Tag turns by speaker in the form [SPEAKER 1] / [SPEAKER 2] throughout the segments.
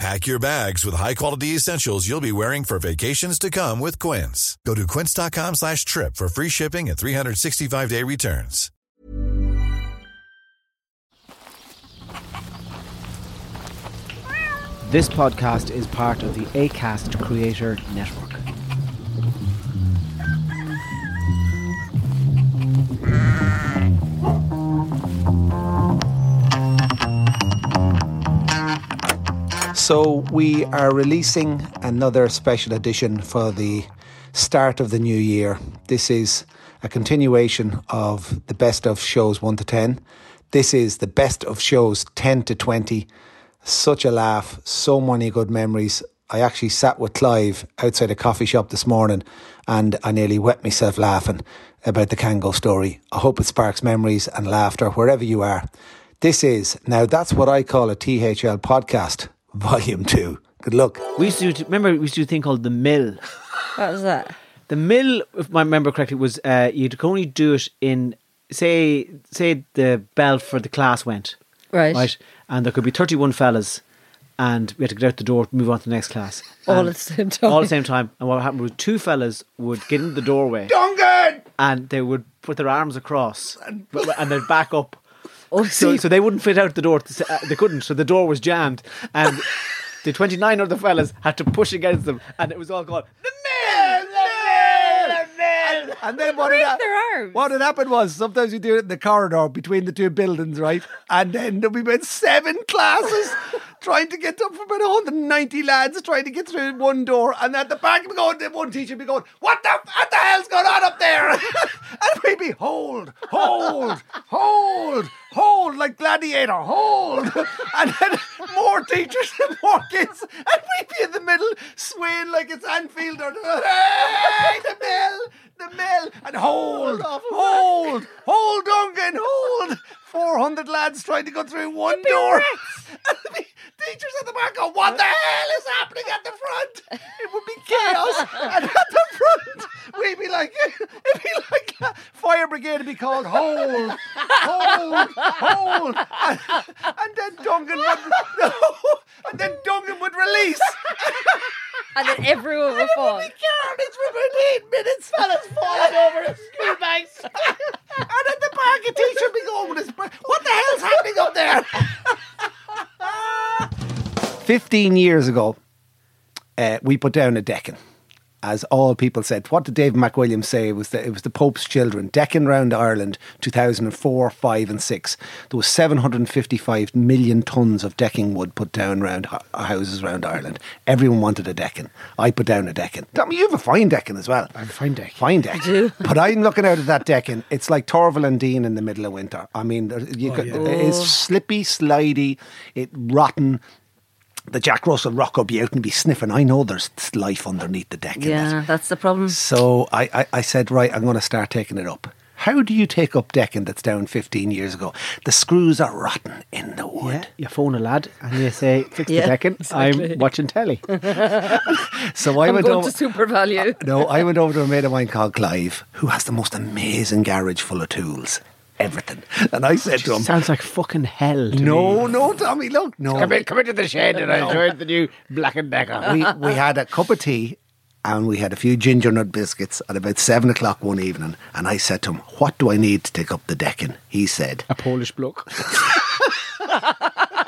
[SPEAKER 1] Pack your bags with high-quality essentials you'll be wearing for vacations to come with Quince. Go to quince.com slash trip for free shipping and 365-day returns.
[SPEAKER 2] This podcast is part of the ACAST Creator Network.
[SPEAKER 3] So, we are releasing another special edition for the start of the new year. This is a continuation of the best of shows 1 to 10. This is the best of shows 10 to 20. Such a laugh, so many good memories. I actually sat with Clive outside a coffee shop this morning and I nearly wet myself laughing about the Kango story. I hope it sparks memories and laughter wherever you are. This is, now that's what I call a THL podcast. Volume 2. Good luck.
[SPEAKER 2] We used to do- remember we used to do a thing called the mill.
[SPEAKER 4] What was that?
[SPEAKER 2] The mill, if I remember correctly, was uh, you could only do it in say say the bell for the class went
[SPEAKER 4] Right.
[SPEAKER 2] right, and there could be thirty one fellas, and we had to get out the door, move on to the next class,
[SPEAKER 4] All
[SPEAKER 2] And-
[SPEAKER 4] at the same time.
[SPEAKER 2] all at the same time. And what happened was two fellas would get in the doorway, and they would put their arms across and, and they'd back up.
[SPEAKER 4] Oh,
[SPEAKER 2] So,
[SPEAKER 4] see,
[SPEAKER 2] so they wouldn't fit out the door. To, s- uh, they couldn't. So the door was jammed, and the twenty-nine other fellas had to push against them, and it was all gone. The mill, the mill, the mill. And,
[SPEAKER 3] And then what did, hap-
[SPEAKER 4] their arms.
[SPEAKER 3] what had happened was sometimes you do it in the corridor between the two buildings, right? And then there'll be about seven classes trying to get up for about 190 lads trying to get through one door. And at the back, we go, the one teacher be going, What the, what the hell's going on up there? and we'd be, Hold, hold, hold, hold, like Gladiator, hold. And then more teachers and more kids. And we'd be in the middle swaying like it's Anfield or, Hey, the bell the mill and hold, hold, hold, Duncan, hold. 400 lads trying to go through one door. And the teachers at the back go, What the hell is happening at the front? It would be chaos. and at the front, we'd be like, It'd be like a fire brigade would be called, Hold, hold, hold. And, and then Duncan would, no, and then Duncan would release.
[SPEAKER 4] and then everyone would fall.
[SPEAKER 3] Carnage for about eight minutes, fellas falling over his school bags. and at the back, a teacher be going with his bra- What the hell's happening up there? 15 years ago, uh, we put down a Deccan. As all people said, what did Dave McWilliams say? It was that it was the Pope's children, Deccan round Ireland, 2004, 5 and 6. There was 755 million tonnes of decking wood put down round ho- houses round Ireland. Everyone wanted a Deccan. I put down a Deccan. I mean, you have a fine Deccan as well.
[SPEAKER 2] I'm fine, Deccan.
[SPEAKER 3] Fine deck. But I'm looking out at that decking. It's like Torval and Dean in the middle of winter. I mean, there- you could, it's slippy, slidey, it rotten. The Jack Russell rock up you out and be sniffing. I know there's life underneath the deck. in that.
[SPEAKER 4] Yeah, that's the problem.
[SPEAKER 3] So I, I, I said, right, I'm going to start taking it up. How do you take up decking that's down 15 years ago? The screws are rotten in the wood.
[SPEAKER 2] yeah, you phone a lad and you say, "Fix
[SPEAKER 4] Yeah,
[SPEAKER 2] the decking. I'm watching telly."
[SPEAKER 3] So I
[SPEAKER 4] I'm
[SPEAKER 3] went
[SPEAKER 4] going
[SPEAKER 3] over.
[SPEAKER 4] to super value.
[SPEAKER 3] no, I went over to a mate of mine called Clive, who has the most amazing garage full of tools, everything. And I said to him,
[SPEAKER 2] Sounds like fucking hell. To me.
[SPEAKER 3] No, no, Tommy, look, no.
[SPEAKER 2] come into the shed and I enjoyed the new black and decker.
[SPEAKER 3] we, we had a cup of tea and we had a few ginger nut biscuits at about seven o'clock one evening. And I said to him, What do I need to take up the decking? He said,
[SPEAKER 2] A Polish bloke.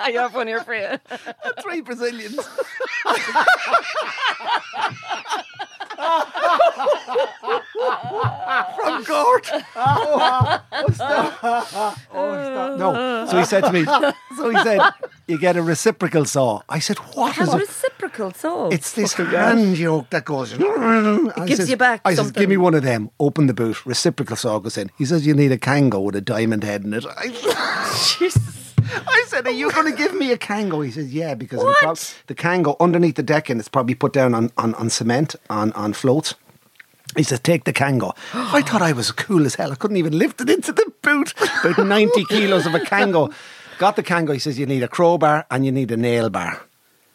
[SPEAKER 4] you have one here for you.
[SPEAKER 3] Three Brazilians. From Gort. Oh, stop. Oh, stop. No. So he said to me, so he said, you get a reciprocal saw. I said, what is
[SPEAKER 4] How's
[SPEAKER 3] it?
[SPEAKER 4] reciprocal saw?
[SPEAKER 3] It's this hand yoke that goes. It
[SPEAKER 4] gives you back
[SPEAKER 3] I says,
[SPEAKER 4] something.
[SPEAKER 3] give me one of them. Open the boot. Reciprocal saw goes in. He says, you need a Kango with a diamond head in it. I,
[SPEAKER 4] Jesus.
[SPEAKER 3] I said, are you going to give me a Kango? He says, yeah, because it'll
[SPEAKER 4] What?
[SPEAKER 3] prob- the Kango underneath the decking it's probably put down on, on, on cement, on, on floats. He says, take the Kango. I thought I was cool as hell. I couldn't even lift it into the boot. About 90 kilos of a Kango. Got the Kango. He says, you need a crowbar and you need a nail bar.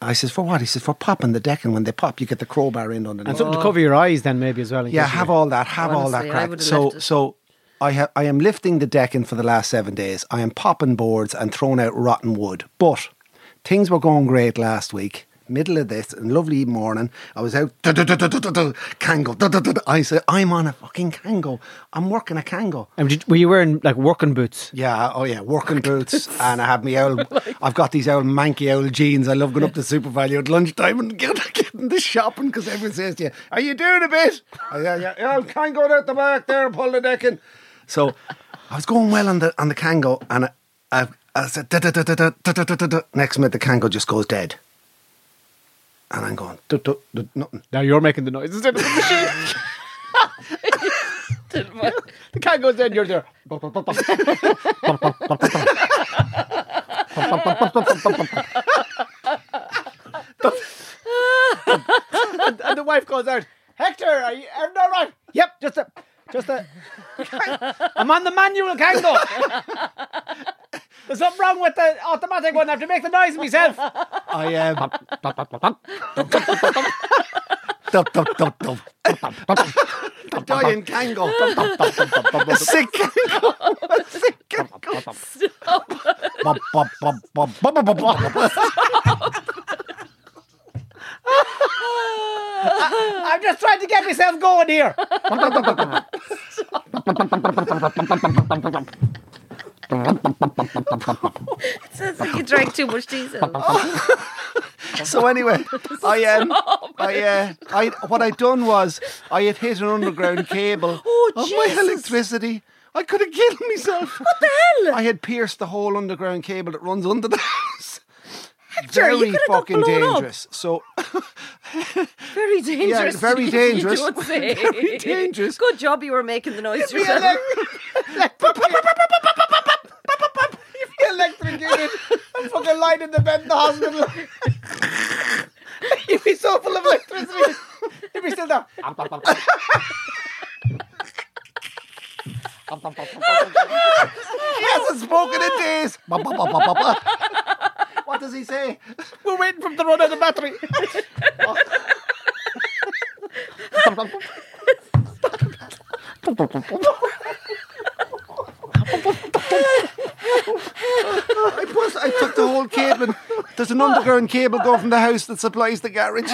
[SPEAKER 3] I says, for what? He says, for popping the deck. And when they pop, you get the crowbar in underneath.
[SPEAKER 2] And something to cover your eyes then maybe as well. in
[SPEAKER 3] yeah,
[SPEAKER 2] case you-
[SPEAKER 3] have all that. Have all that
[SPEAKER 4] Honestly, I
[SPEAKER 3] crap.
[SPEAKER 4] would've
[SPEAKER 3] So,
[SPEAKER 4] left it.
[SPEAKER 3] so I, ha- I am lifting the decking for the last seven days. I am popping boards and throwing out rotten wood. But things were going great last week. Middle of this, and lovely morning. I was out, du-du-du-du-du-du, Kango. du-du-du-du. I said, I'm on a fucking Kango. I'm working a Kango.
[SPEAKER 2] And did- were you wearing like working boots?
[SPEAKER 3] Yeah, oh yeah, working boots, and I have me old. I've got these old manky old jeans. I love going up to Super Value at lunchtime and get- getting the shopping because everyone says to you, "Are you doing a bit?" I, yeah, yeah, yeah, I can't go out the back there and pull the deck in. So I was going well on the on the Kango, and I, I, I said, "Da, da, da, da, da, da, da, da, da, da." next minute the Kango just goes dead, and I'm going, "Du- du- du- nothing.
[SPEAKER 2] Now you're making the noises. instead of the machine.
[SPEAKER 4] Didn't work.
[SPEAKER 2] the cat goes in, you're there. and, and the wife goes out, Hector, are you everything all right? Yep, just a just a I'm on the manual kango. There's something wrong with the automatic one. I have to make the noise myself.
[SPEAKER 3] I am." Um, dub, dub, dub, dub. Dying Kango. A sick Kango. A sick Kango. Bum, bum, bum, bum, bum, bum, bum, bum.
[SPEAKER 2] I'm just trying to get myself going here.
[SPEAKER 4] Sounds like you drank too much diesel.
[SPEAKER 3] So anyway, I um, I uh, I what I done was I had hit an underground cable
[SPEAKER 4] Oh,
[SPEAKER 3] of my
[SPEAKER 4] Jesus.
[SPEAKER 3] electricity. I could have killed myself. What the hell? I had pierced the whole underground cable that runs under the house.
[SPEAKER 4] Hector, you
[SPEAKER 3] Very
[SPEAKER 4] could have got
[SPEAKER 3] fucking
[SPEAKER 4] blown up.
[SPEAKER 3] dangerous. So
[SPEAKER 4] Very dangerous.
[SPEAKER 3] very
[SPEAKER 4] You
[SPEAKER 3] dangerous.
[SPEAKER 4] don't say.
[SPEAKER 3] Very dangerous.
[SPEAKER 4] Good job you were making the noise
[SPEAKER 3] Be
[SPEAKER 4] yourself.
[SPEAKER 2] electrocuted. I'm fucking lying in the bed in the hospital. You'd be so full of electricity. You'd be still there.
[SPEAKER 3] He hasn't spoken in days. Ba, ba, ba, ba, ba, ba. What does he say?
[SPEAKER 2] We're waiting for him to run out of battery.
[SPEAKER 3] I put, I took the whole cable. There's an underground cable going from the house that supplies the garage.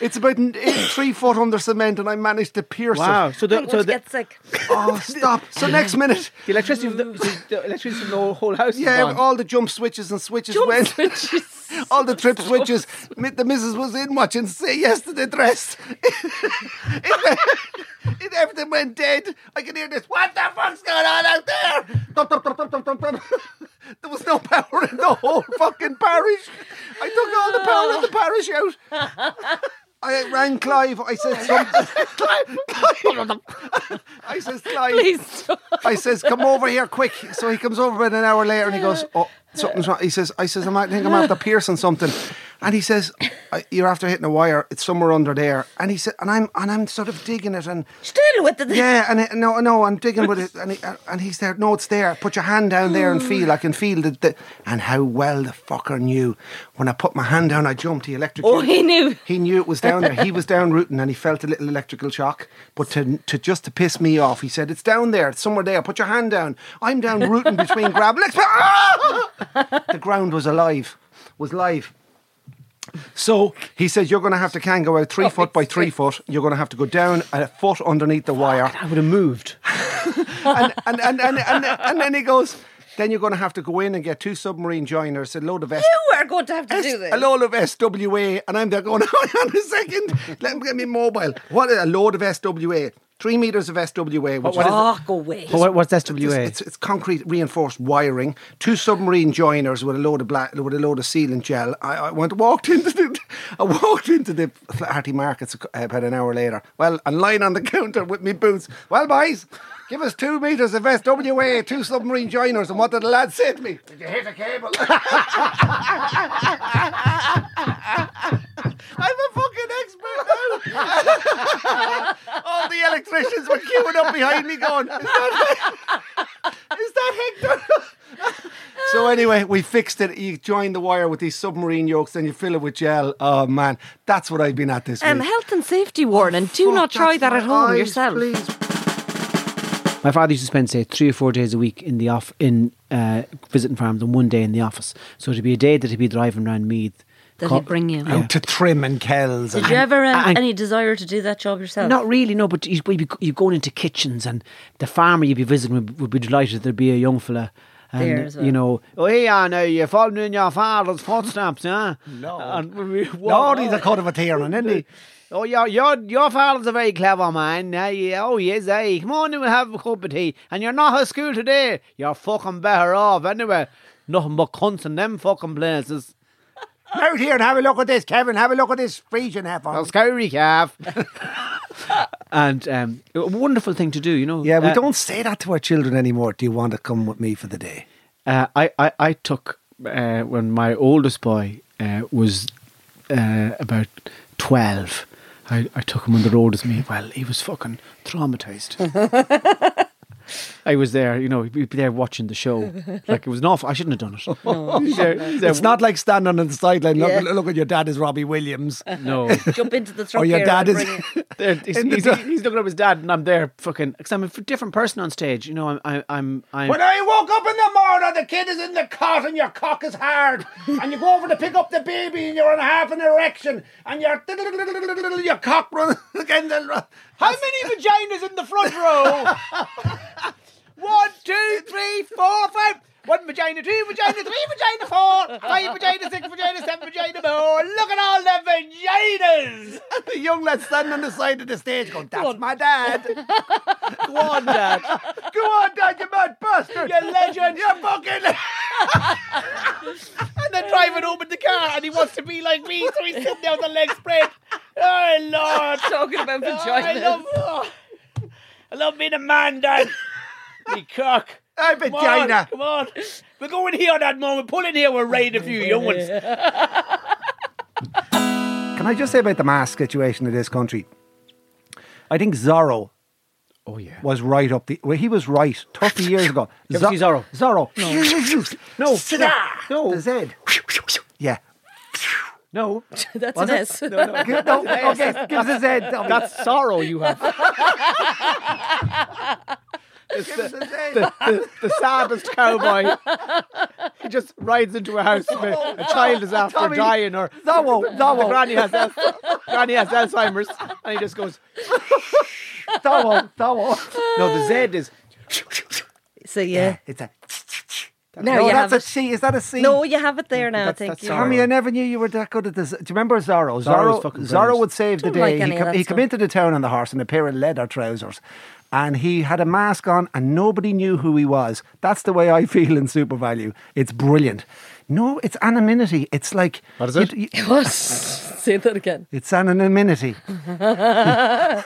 [SPEAKER 3] It's about an eight, three foot under cement, and I managed to pierce
[SPEAKER 2] Wow.
[SPEAKER 3] it.
[SPEAKER 2] So the,
[SPEAKER 4] Don't
[SPEAKER 2] so
[SPEAKER 4] want
[SPEAKER 2] the,
[SPEAKER 4] to get sick.
[SPEAKER 3] Oh, stop! So next minute,
[SPEAKER 2] the electricity of the, so the electricity from the whole house.
[SPEAKER 3] yeah,
[SPEAKER 2] Is gone.
[SPEAKER 3] all the jump switches and switches
[SPEAKER 4] Jump
[SPEAKER 3] went.
[SPEAKER 4] switches.
[SPEAKER 3] All the trip switches. Mi- The missus was in watching Say Yes to the Dress. it, went- it- everything went dead. I can hear this. What the fuck's going on out there? Dum, dum, dum, dum, dum, dum, dum. There was no power in the whole fucking parish. I took all the power in the parish out. I rang Clive. I said something. Clive. I says Clive.
[SPEAKER 4] Please stop.
[SPEAKER 3] I says, "Come over here quick." So he comes over about an hour later, and he goes, "Oh, something's wrong." He says, "I says I might think I'm after piercing something," and he says, I, "You're after hitting a wire. It's somewhere under there." And he said, "And I'm and I'm sort of digging it, and
[SPEAKER 4] Still with the
[SPEAKER 3] yeah, and it, no, no, I'm digging with it, and, he, and he's there. No, it's there. Put your hand down there and feel. I can feel the, the and how well the fucker knew when I put my hand down. I jumped. He electrocuted.
[SPEAKER 4] Oh, he knew.
[SPEAKER 3] He knew it was down there. He was down rooting and he felt a little electrical shock. But to, to just to piss me off, he said, It's down there, it's somewhere there. Put your hand down. I'm down rooting between grab legs. Ah! The ground was alive, was live. So he says, You're going to have to can go out
[SPEAKER 4] Oh,
[SPEAKER 3] three foot by three foot. You're going to have to go down a foot underneath the wire
[SPEAKER 2] I would have moved.
[SPEAKER 3] and, and, and, and, and, and then he goes, Then you're going to have to go in and get two submarine joiners, a load of S.
[SPEAKER 4] You are going to have to
[SPEAKER 3] S-
[SPEAKER 4] do this.
[SPEAKER 3] a load of SWA, and I'm there going, hang on a second, let me get me mobile. What a load of SWA, three meters of SWA, which
[SPEAKER 2] what
[SPEAKER 3] is
[SPEAKER 2] is
[SPEAKER 4] Walk away.
[SPEAKER 2] Oh, what, what's SWA?
[SPEAKER 3] It's, it's, it's concrete reinforced wiring. Two submarine joiners with a load of black, with a load of sealant gel. I, I went walked into the, I walked into the Flaherty Markets uh, about an hour later. Well, and lying on the counter with me boots. Well, boys, give us two meters of SWA, two submarine joiners, and what did the lad say to me? Did you hit a cable? I'm a fucking expert now. All the electricians were queuing up behind me, going, "Is that, is that Hector?" so anyway, we fixed it. You join the wire with these submarine yolks, and you fill it with gel. Oh man, that's what I've been at this
[SPEAKER 4] Um,
[SPEAKER 3] week.
[SPEAKER 4] health and safety warning. do
[SPEAKER 3] Fuck,
[SPEAKER 4] not try
[SPEAKER 3] that's
[SPEAKER 4] that
[SPEAKER 3] my
[SPEAKER 4] at home
[SPEAKER 3] eyes,
[SPEAKER 4] yourself.
[SPEAKER 3] please.
[SPEAKER 2] My father used to spend say three or four days a week in the off in uh, visiting farms and one day in the office. So it'd be a day that he'd be driving around Meath.
[SPEAKER 4] That
[SPEAKER 2] Co-
[SPEAKER 4] he'd bring you.
[SPEAKER 3] Out to trim and kells.
[SPEAKER 4] Did
[SPEAKER 3] And
[SPEAKER 4] you ever um,
[SPEAKER 2] and-
[SPEAKER 4] any desire to do that job yourself?
[SPEAKER 2] Not really, no. But you'd be you'd going into kitchens and the farmer you'd be visiting would, would be delighted there'd be a young fella. And,
[SPEAKER 4] There as well.
[SPEAKER 2] You know, oh hey, Anna, you're following in your father's footsteps, huh? No. And we,
[SPEAKER 3] Lord, he's a cut of a tearing, isn't he?
[SPEAKER 2] Oh, your your your father's a very clever man. eh? yeah, oh, he is. Eh? Come on and we'll have a cup of tea. And you're not at school today. You're fucking better off anyway. Nothing but cunts in them fucking places.
[SPEAKER 3] Out here and have a look at this, Kevin. Have a look at this Frisian half on.
[SPEAKER 2] I'll scary calf. and um, a wonderful thing to do, you know.
[SPEAKER 3] Yeah, we
[SPEAKER 2] Uh,
[SPEAKER 3] don't say that to our children anymore. Do you want to come with me for the day?
[SPEAKER 2] Uh, I, I, I took uh, when my oldest boy uh, was uh, about 12. I, I took him on the road with me. Well, he was fucking traumatized. I was there, you know, he'd be there watching the show. Like, it was an awful, I shouldn't have done it. He's there- he's there-
[SPEAKER 3] It's not like standing on the sideline. Look,
[SPEAKER 4] Yeah.
[SPEAKER 3] look at your dad is Robbie Williams,
[SPEAKER 2] No.
[SPEAKER 4] Jump into the truck.
[SPEAKER 3] or Uh, your
[SPEAKER 4] here
[SPEAKER 3] dad
[SPEAKER 4] and
[SPEAKER 3] is.
[SPEAKER 4] bring it.
[SPEAKER 2] There- he's,
[SPEAKER 3] In the
[SPEAKER 2] he's-
[SPEAKER 3] dark.
[SPEAKER 2] he's looking at his dad, and I'm there fucking, because I'm a f- different person on stage. You know, I'm, I, I'm, I'm,
[SPEAKER 3] When I woke up in the morning, the kid is in the cot and your cock is hard. and you go over to pick up the baby and you're on half an erection and your your cock runs again. the-
[SPEAKER 2] How many vaginas in the front row? One, two, three, four, five. One vagina, two vagina, three vagina, four, five vagina, six vagina, seven vagina more. Look at all the vaginas.
[SPEAKER 3] And the young lad standing on the side of the stage going, That's
[SPEAKER 2] on.
[SPEAKER 3] my dad.
[SPEAKER 2] Go on, Dad.
[SPEAKER 3] Go on, dad, you mad bastard.
[SPEAKER 2] You legend.
[SPEAKER 3] You fucking.
[SPEAKER 2] And then driving home in the car, and he wants to be like me, so he's sitting there with the legs spread. Oh Lord,
[SPEAKER 4] Talking about
[SPEAKER 2] I
[SPEAKER 4] vaginas.
[SPEAKER 2] love, oh, I love being a man, Dad. Me cock.
[SPEAKER 3] I
[SPEAKER 2] Come on,
[SPEAKER 3] vagina.
[SPEAKER 2] Come on. We're going here that moment. Pull in here. We're raiding a few young ones.
[SPEAKER 3] Can I just say about the mask situation in this country? I think Zorro
[SPEAKER 2] Oh, yeah.
[SPEAKER 3] was right up the. Well, he was right 30 years ago.
[SPEAKER 2] You ever see Zorro?
[SPEAKER 3] Zorro. No.
[SPEAKER 2] No.
[SPEAKER 3] The Z. Yeah.
[SPEAKER 2] No.
[SPEAKER 4] That's
[SPEAKER 3] Was
[SPEAKER 4] an
[SPEAKER 3] it?
[SPEAKER 4] S.
[SPEAKER 3] Give- no, okay, give us a Z. That's
[SPEAKER 2] That's sorrow you have.
[SPEAKER 3] give us a Z.
[SPEAKER 2] The, the saddest cowboy. He just rides into a house. where A child is after
[SPEAKER 3] Tommy.
[SPEAKER 2] dying, or
[SPEAKER 3] Zorro,
[SPEAKER 2] the
[SPEAKER 3] Zorro,
[SPEAKER 2] granny has Al- granny has Alzheimer's, and he just goes.
[SPEAKER 3] Zorro, Zorro.
[SPEAKER 2] No, the Z is.
[SPEAKER 4] So yeah.
[SPEAKER 3] It's a.
[SPEAKER 4] Now
[SPEAKER 3] no,
[SPEAKER 4] you
[SPEAKER 3] that's
[SPEAKER 4] have
[SPEAKER 3] a
[SPEAKER 4] it.
[SPEAKER 3] C. Is that a C?
[SPEAKER 4] No, you have it there now.
[SPEAKER 2] That's-
[SPEAKER 4] Thank
[SPEAKER 2] that's
[SPEAKER 4] you.
[SPEAKER 2] all right.
[SPEAKER 3] Tommy, I never knew you were that good at this. Do you remember Zorro?
[SPEAKER 2] Zorro's
[SPEAKER 3] Zorro,
[SPEAKER 2] fucking
[SPEAKER 3] Zorro
[SPEAKER 2] brilliant.
[SPEAKER 3] would save the
[SPEAKER 4] Don't like
[SPEAKER 3] day.
[SPEAKER 4] any
[SPEAKER 3] he
[SPEAKER 4] of
[SPEAKER 3] come,
[SPEAKER 4] that
[SPEAKER 3] he come
[SPEAKER 4] stuff.
[SPEAKER 3] into the town on the horse in a pair of leather trousers, and he had a mask on, and nobody knew who he was. That's the way I feel in Super Value. It's brilliant. No, it's anonymity. It's like
[SPEAKER 2] What is it?
[SPEAKER 3] you- you-
[SPEAKER 4] What? Say that again.
[SPEAKER 3] it's anonymity.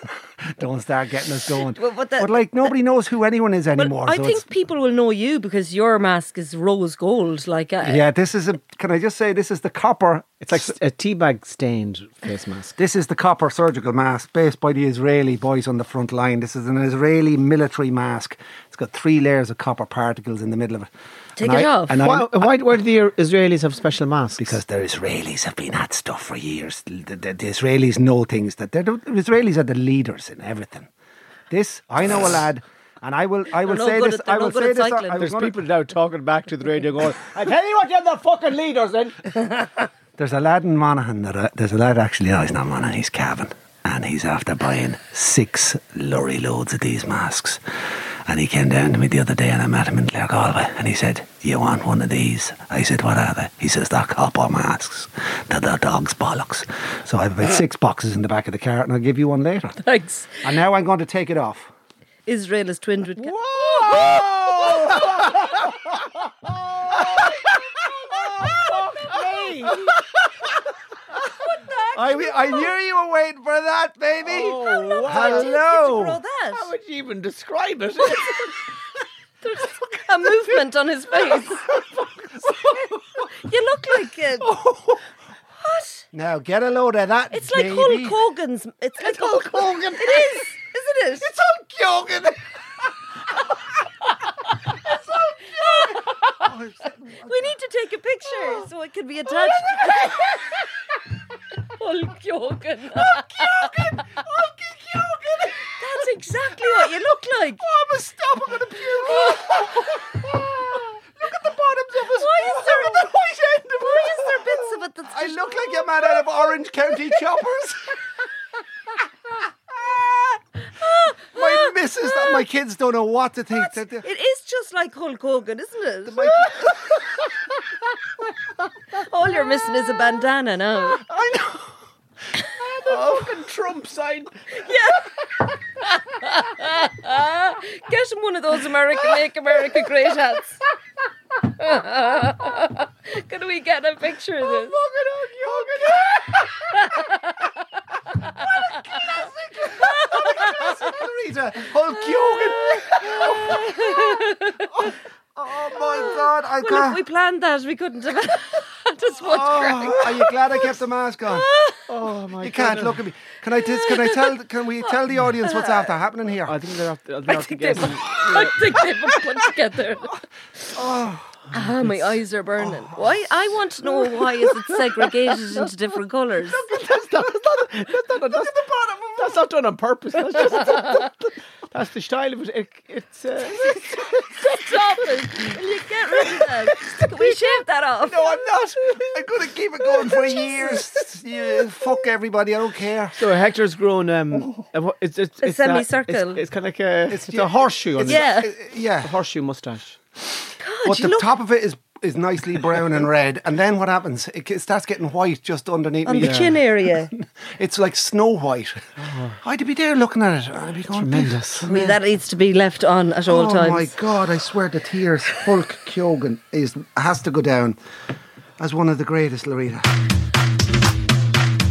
[SPEAKER 3] Don't start getting us going.
[SPEAKER 4] Well, but that-
[SPEAKER 3] like nobody knows who anyone is
[SPEAKER 4] Well,
[SPEAKER 3] anymore.
[SPEAKER 4] I
[SPEAKER 3] so
[SPEAKER 4] think
[SPEAKER 3] it's-
[SPEAKER 4] people will know you because your mask is rose gold. Like uh,
[SPEAKER 3] yeah, this is a. Can I just say this is the copper?
[SPEAKER 2] It's like a teabag stained face mask.
[SPEAKER 3] This is the copper surgical mask based by the Israeli boys on the front line. This is an Israeli military mask. It's got three layers of copper particles in the middle of it.
[SPEAKER 4] Take
[SPEAKER 3] And
[SPEAKER 4] it
[SPEAKER 3] I-
[SPEAKER 4] off.
[SPEAKER 3] And
[SPEAKER 2] Why,
[SPEAKER 3] I,
[SPEAKER 2] why, why do the Israelis have special masks?
[SPEAKER 3] because the Israelis have been at stuff for years. The, the- the Israelis know things that they're the, the Israelis are the leaders in everything. This I know a lad, and I will I will
[SPEAKER 4] no
[SPEAKER 3] say
[SPEAKER 4] good
[SPEAKER 3] this.
[SPEAKER 4] at- they're
[SPEAKER 3] I
[SPEAKER 4] no
[SPEAKER 3] will
[SPEAKER 4] good
[SPEAKER 3] say
[SPEAKER 4] at
[SPEAKER 3] this. I
[SPEAKER 4] cycling.
[SPEAKER 3] was
[SPEAKER 2] There's
[SPEAKER 3] gonna-
[SPEAKER 2] people now talking back to the radio going, I tell you what, you're the fucking leaders in.
[SPEAKER 3] There's a lad in Monaghan that uh, there's a lad actually. No, he's not Monaghan. He's Cavan, and he's after buying six lorry loads of these masks.
[SPEAKER 5] And he came down to me the other day and I met him in Clare Galway and he said, Do you want one of these? I said, What are they? He says, They're copper masks. They're the dog's bollocks.
[SPEAKER 3] So I have about six boxes in the back of the car, and I'll give you one later.
[SPEAKER 4] Thanks.
[SPEAKER 3] And now I'm going to take it off.
[SPEAKER 4] Israel is twinned with. Ca-
[SPEAKER 3] I, I knew you were waiting for that, baby.
[SPEAKER 2] Oh,
[SPEAKER 4] How did you
[SPEAKER 3] Hello.
[SPEAKER 4] grow that?
[SPEAKER 2] would you even describe it?
[SPEAKER 4] A movement on his face. you look like it.
[SPEAKER 3] Oh,
[SPEAKER 4] What?
[SPEAKER 3] Now get a load of that.
[SPEAKER 4] It's like
[SPEAKER 3] baby.
[SPEAKER 4] Hulk Hogan's. It's like a-
[SPEAKER 3] Hulk Hogan.
[SPEAKER 4] It is, isn't it?
[SPEAKER 3] It's Hulk Hogan.
[SPEAKER 4] We need to take a
[SPEAKER 3] Oh.
[SPEAKER 4] picture so it can be attached. Hulk Hogan. Hulk That's exactly what you look like.
[SPEAKER 3] I'm a stop. I'm gonna puke. Look at the bottoms of us.
[SPEAKER 4] Why is there-
[SPEAKER 3] Look at the white end of
[SPEAKER 4] Why is there bits of it that's
[SPEAKER 3] I look like a man out of Orange County Choppers. Oh, my missus, that my kids don't know what to think. That they-
[SPEAKER 4] It is just like Hulk Hogan, isn't it? All you're missing is a bandana now.
[SPEAKER 3] I know.
[SPEAKER 2] fucking Trump sign.
[SPEAKER 4] Get him one of those American Make America Great hats. Can we get a picture
[SPEAKER 3] Oh,
[SPEAKER 4] of this?
[SPEAKER 3] Rita, Hulk Hogan. oh, my God! I
[SPEAKER 4] Well, if
[SPEAKER 3] can't.
[SPEAKER 4] we planned that, we couldn't have had as much crack.
[SPEAKER 3] Oh, are you glad I kept the mask on?
[SPEAKER 2] Oh my
[SPEAKER 3] You can't look at me. Can I? T- can I tell? Can we tell the audience what's after happening here?
[SPEAKER 2] I think they're after,
[SPEAKER 4] I think they've I think they've been put together. Ah, my eyes are burning. Why? I want to know why is it segregated into different colours?
[SPEAKER 2] that's not, that's not, that's not, that's, the bottom that's not done on purpose. That's, just, that's the style of it. it it's uh,
[SPEAKER 4] Stop it! Will you get rid of that? Can we shave that off?
[SPEAKER 3] No, I'm not. I'm gonna keep it going for years. Yeah, fuck everybody. I don't care.
[SPEAKER 2] so Hector's grown. Um, a wha- it's, it's,
[SPEAKER 4] Oh. A
[SPEAKER 2] it's that-
[SPEAKER 4] semicircle.
[SPEAKER 2] It's, it's kind of like a it's,
[SPEAKER 3] yeah,
[SPEAKER 2] a horseshoe. on
[SPEAKER 4] Yeah.
[SPEAKER 3] Uh,
[SPEAKER 2] it. a
[SPEAKER 3] yeah.
[SPEAKER 2] horseshoe mustache.
[SPEAKER 3] But
[SPEAKER 4] you
[SPEAKER 3] the
[SPEAKER 4] look-
[SPEAKER 3] top of it is is nicely brown and red, and then what happens? It g- starts getting white just underneath
[SPEAKER 4] On
[SPEAKER 3] me.
[SPEAKER 4] the chin area.
[SPEAKER 3] It's like snow white. I'd be there looking at it. and I'd be going
[SPEAKER 4] I mean, that needs to be left on at all
[SPEAKER 3] Oh
[SPEAKER 4] times.
[SPEAKER 3] my god! I swear the tears. Hulk Kyogen is has to go down as one of the greatest, Loretta.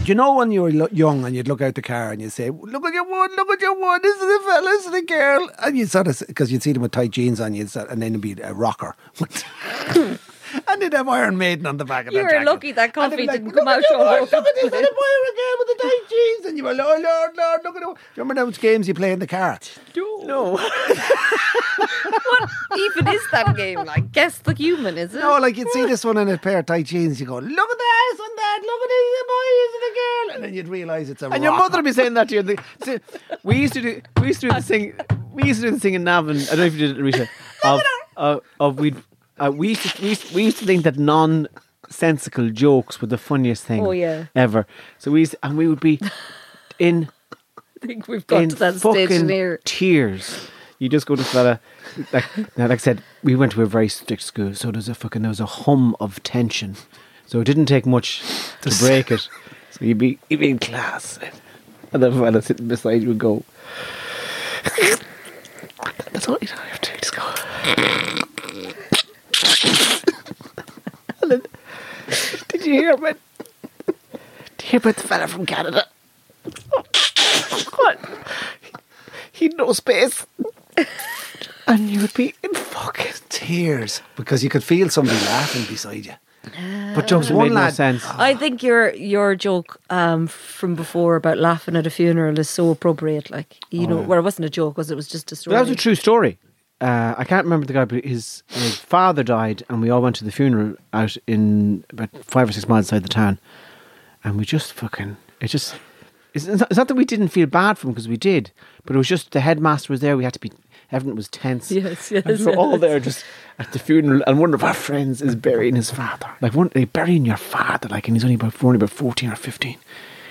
[SPEAKER 3] Do you know when you were lo- young and you'd look out the car and you'd say, "Look at your one, look at your one. This is the fella, this is the girl," and you sort of because you'd see them with tight jeans on, you'd sort, and then it'd be a rocker, and they'd have Iron Maiden on the back of
[SPEAKER 4] You
[SPEAKER 3] their
[SPEAKER 4] were
[SPEAKER 3] jacket.
[SPEAKER 4] lucky that
[SPEAKER 3] And they'd
[SPEAKER 4] coffee
[SPEAKER 3] be like,
[SPEAKER 4] didn't
[SPEAKER 3] "Look
[SPEAKER 4] come
[SPEAKER 3] at
[SPEAKER 4] out
[SPEAKER 3] your
[SPEAKER 4] all
[SPEAKER 3] one,
[SPEAKER 4] over
[SPEAKER 3] Look at
[SPEAKER 4] the
[SPEAKER 3] this
[SPEAKER 4] place.
[SPEAKER 3] little boy again with the tight jeans, and you were, "Oh Lord, Lord, look at him." Do you remember those games you play in the car?
[SPEAKER 2] No,
[SPEAKER 4] Even is that game like guess the human? Is it?
[SPEAKER 3] No, like you'd see this one in a pair of tight jeans, you go, look at this and that, look at this the boy, is the girl, and then you'd realise it's a.
[SPEAKER 2] and
[SPEAKER 4] Ah.
[SPEAKER 2] your
[SPEAKER 3] rocker.
[SPEAKER 2] mother would be saying that to you. The- see, We used to do. We used to do the thing. We used to do the thing in Navan. I don't know if you did it, Rita. Of of, of we uh, we used to, we used, we used to think that nonsensical jokes were the funniest thing.
[SPEAKER 4] Oh, yeah.
[SPEAKER 2] Ever. So we used, and we would be in
[SPEAKER 4] I think we've got
[SPEAKER 2] in
[SPEAKER 4] to that
[SPEAKER 2] fucking
[SPEAKER 4] stage in here.
[SPEAKER 2] tears. You just go to fella, like, now, like I said, we went to a very strict school, so there's a fucking there was a hum of tension, so it didn't take much to break it. So you'd be you'd be in class, and the fella sitting beside you would go, "That's all you don't have to do, just go." and then, did you hear about? Did you hear about the fella from Canada? What? He'd no space. And you would be in fucking
[SPEAKER 3] tears because you could feel somebody laughing beside you. But there was
[SPEAKER 2] It made
[SPEAKER 3] one
[SPEAKER 2] no
[SPEAKER 3] lad.
[SPEAKER 2] sense.
[SPEAKER 4] I think your your joke um, from before about laughing at a funeral is so appropriate. Like you
[SPEAKER 3] Oh.
[SPEAKER 4] know, well, it wasn't a joke, was it? It was just a story.
[SPEAKER 2] That was a true story. Uh, I can't remember the guy, but his, his father died, and we all went to the funeral out in about five or six miles outside the town. And we just fucking. It just. It's it's not, it's not that we didn't feel bad for him because we did, but it was just the headmaster was there. We had to be. Everyone was tense.
[SPEAKER 4] Yes, yes,
[SPEAKER 2] And we were all
[SPEAKER 4] yes.
[SPEAKER 2] there just at the funeral, and one of our friends is burying his father. Like one, they burying your father, like, and he's only about, only about fourteen or fifteen.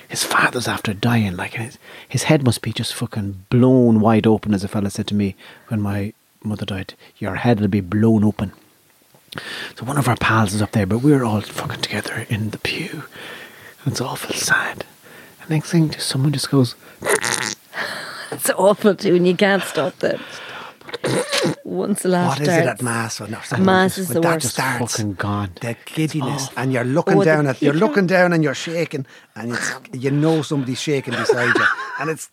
[SPEAKER 2] his father's after dying. Like his, his head must be just fucking blown wide open, as a fella said to me when my mother died. Your head will be blown open. So one of our pals is up there, but we were all fucking together in the pew. And it's awful sad. And next thing, just someone just goes,
[SPEAKER 4] It's awful too, and you can't stop that. Once the last
[SPEAKER 3] What is it at
[SPEAKER 4] starts.
[SPEAKER 3] mass? Or no,
[SPEAKER 4] Mass is the
[SPEAKER 3] that
[SPEAKER 4] worst.
[SPEAKER 3] Just starts.
[SPEAKER 2] fucking gone.
[SPEAKER 3] The giddiness, and you're looking
[SPEAKER 4] Oh, the
[SPEAKER 3] down at you're
[SPEAKER 4] giddiness.
[SPEAKER 3] looking down, and you're shaking, and it's, you know somebody's shaking beside you, and it's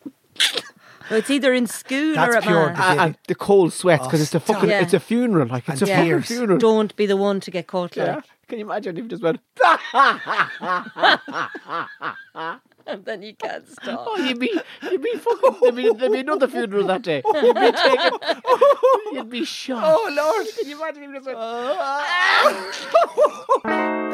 [SPEAKER 4] Well, it's either in school
[SPEAKER 3] That's
[SPEAKER 4] or at
[SPEAKER 3] pure
[SPEAKER 4] mass.
[SPEAKER 3] Ah,
[SPEAKER 2] and the cold sweats because
[SPEAKER 3] Oh,
[SPEAKER 2] it's a fucking
[SPEAKER 4] stop.
[SPEAKER 2] it's a funeral like it's
[SPEAKER 3] And
[SPEAKER 2] a fucking
[SPEAKER 3] tears.
[SPEAKER 2] funeral.
[SPEAKER 4] Don't be the one to get caught like.
[SPEAKER 2] Yeah. Can you imagine if you just went?
[SPEAKER 4] And then you can't stop.
[SPEAKER 2] Oh, you'd be you'd be fucking there'd be, there'd be another funeral that day. You'd be taken. You'd be shot. Oh Lord! Can you imagine if you just went? "Ah!"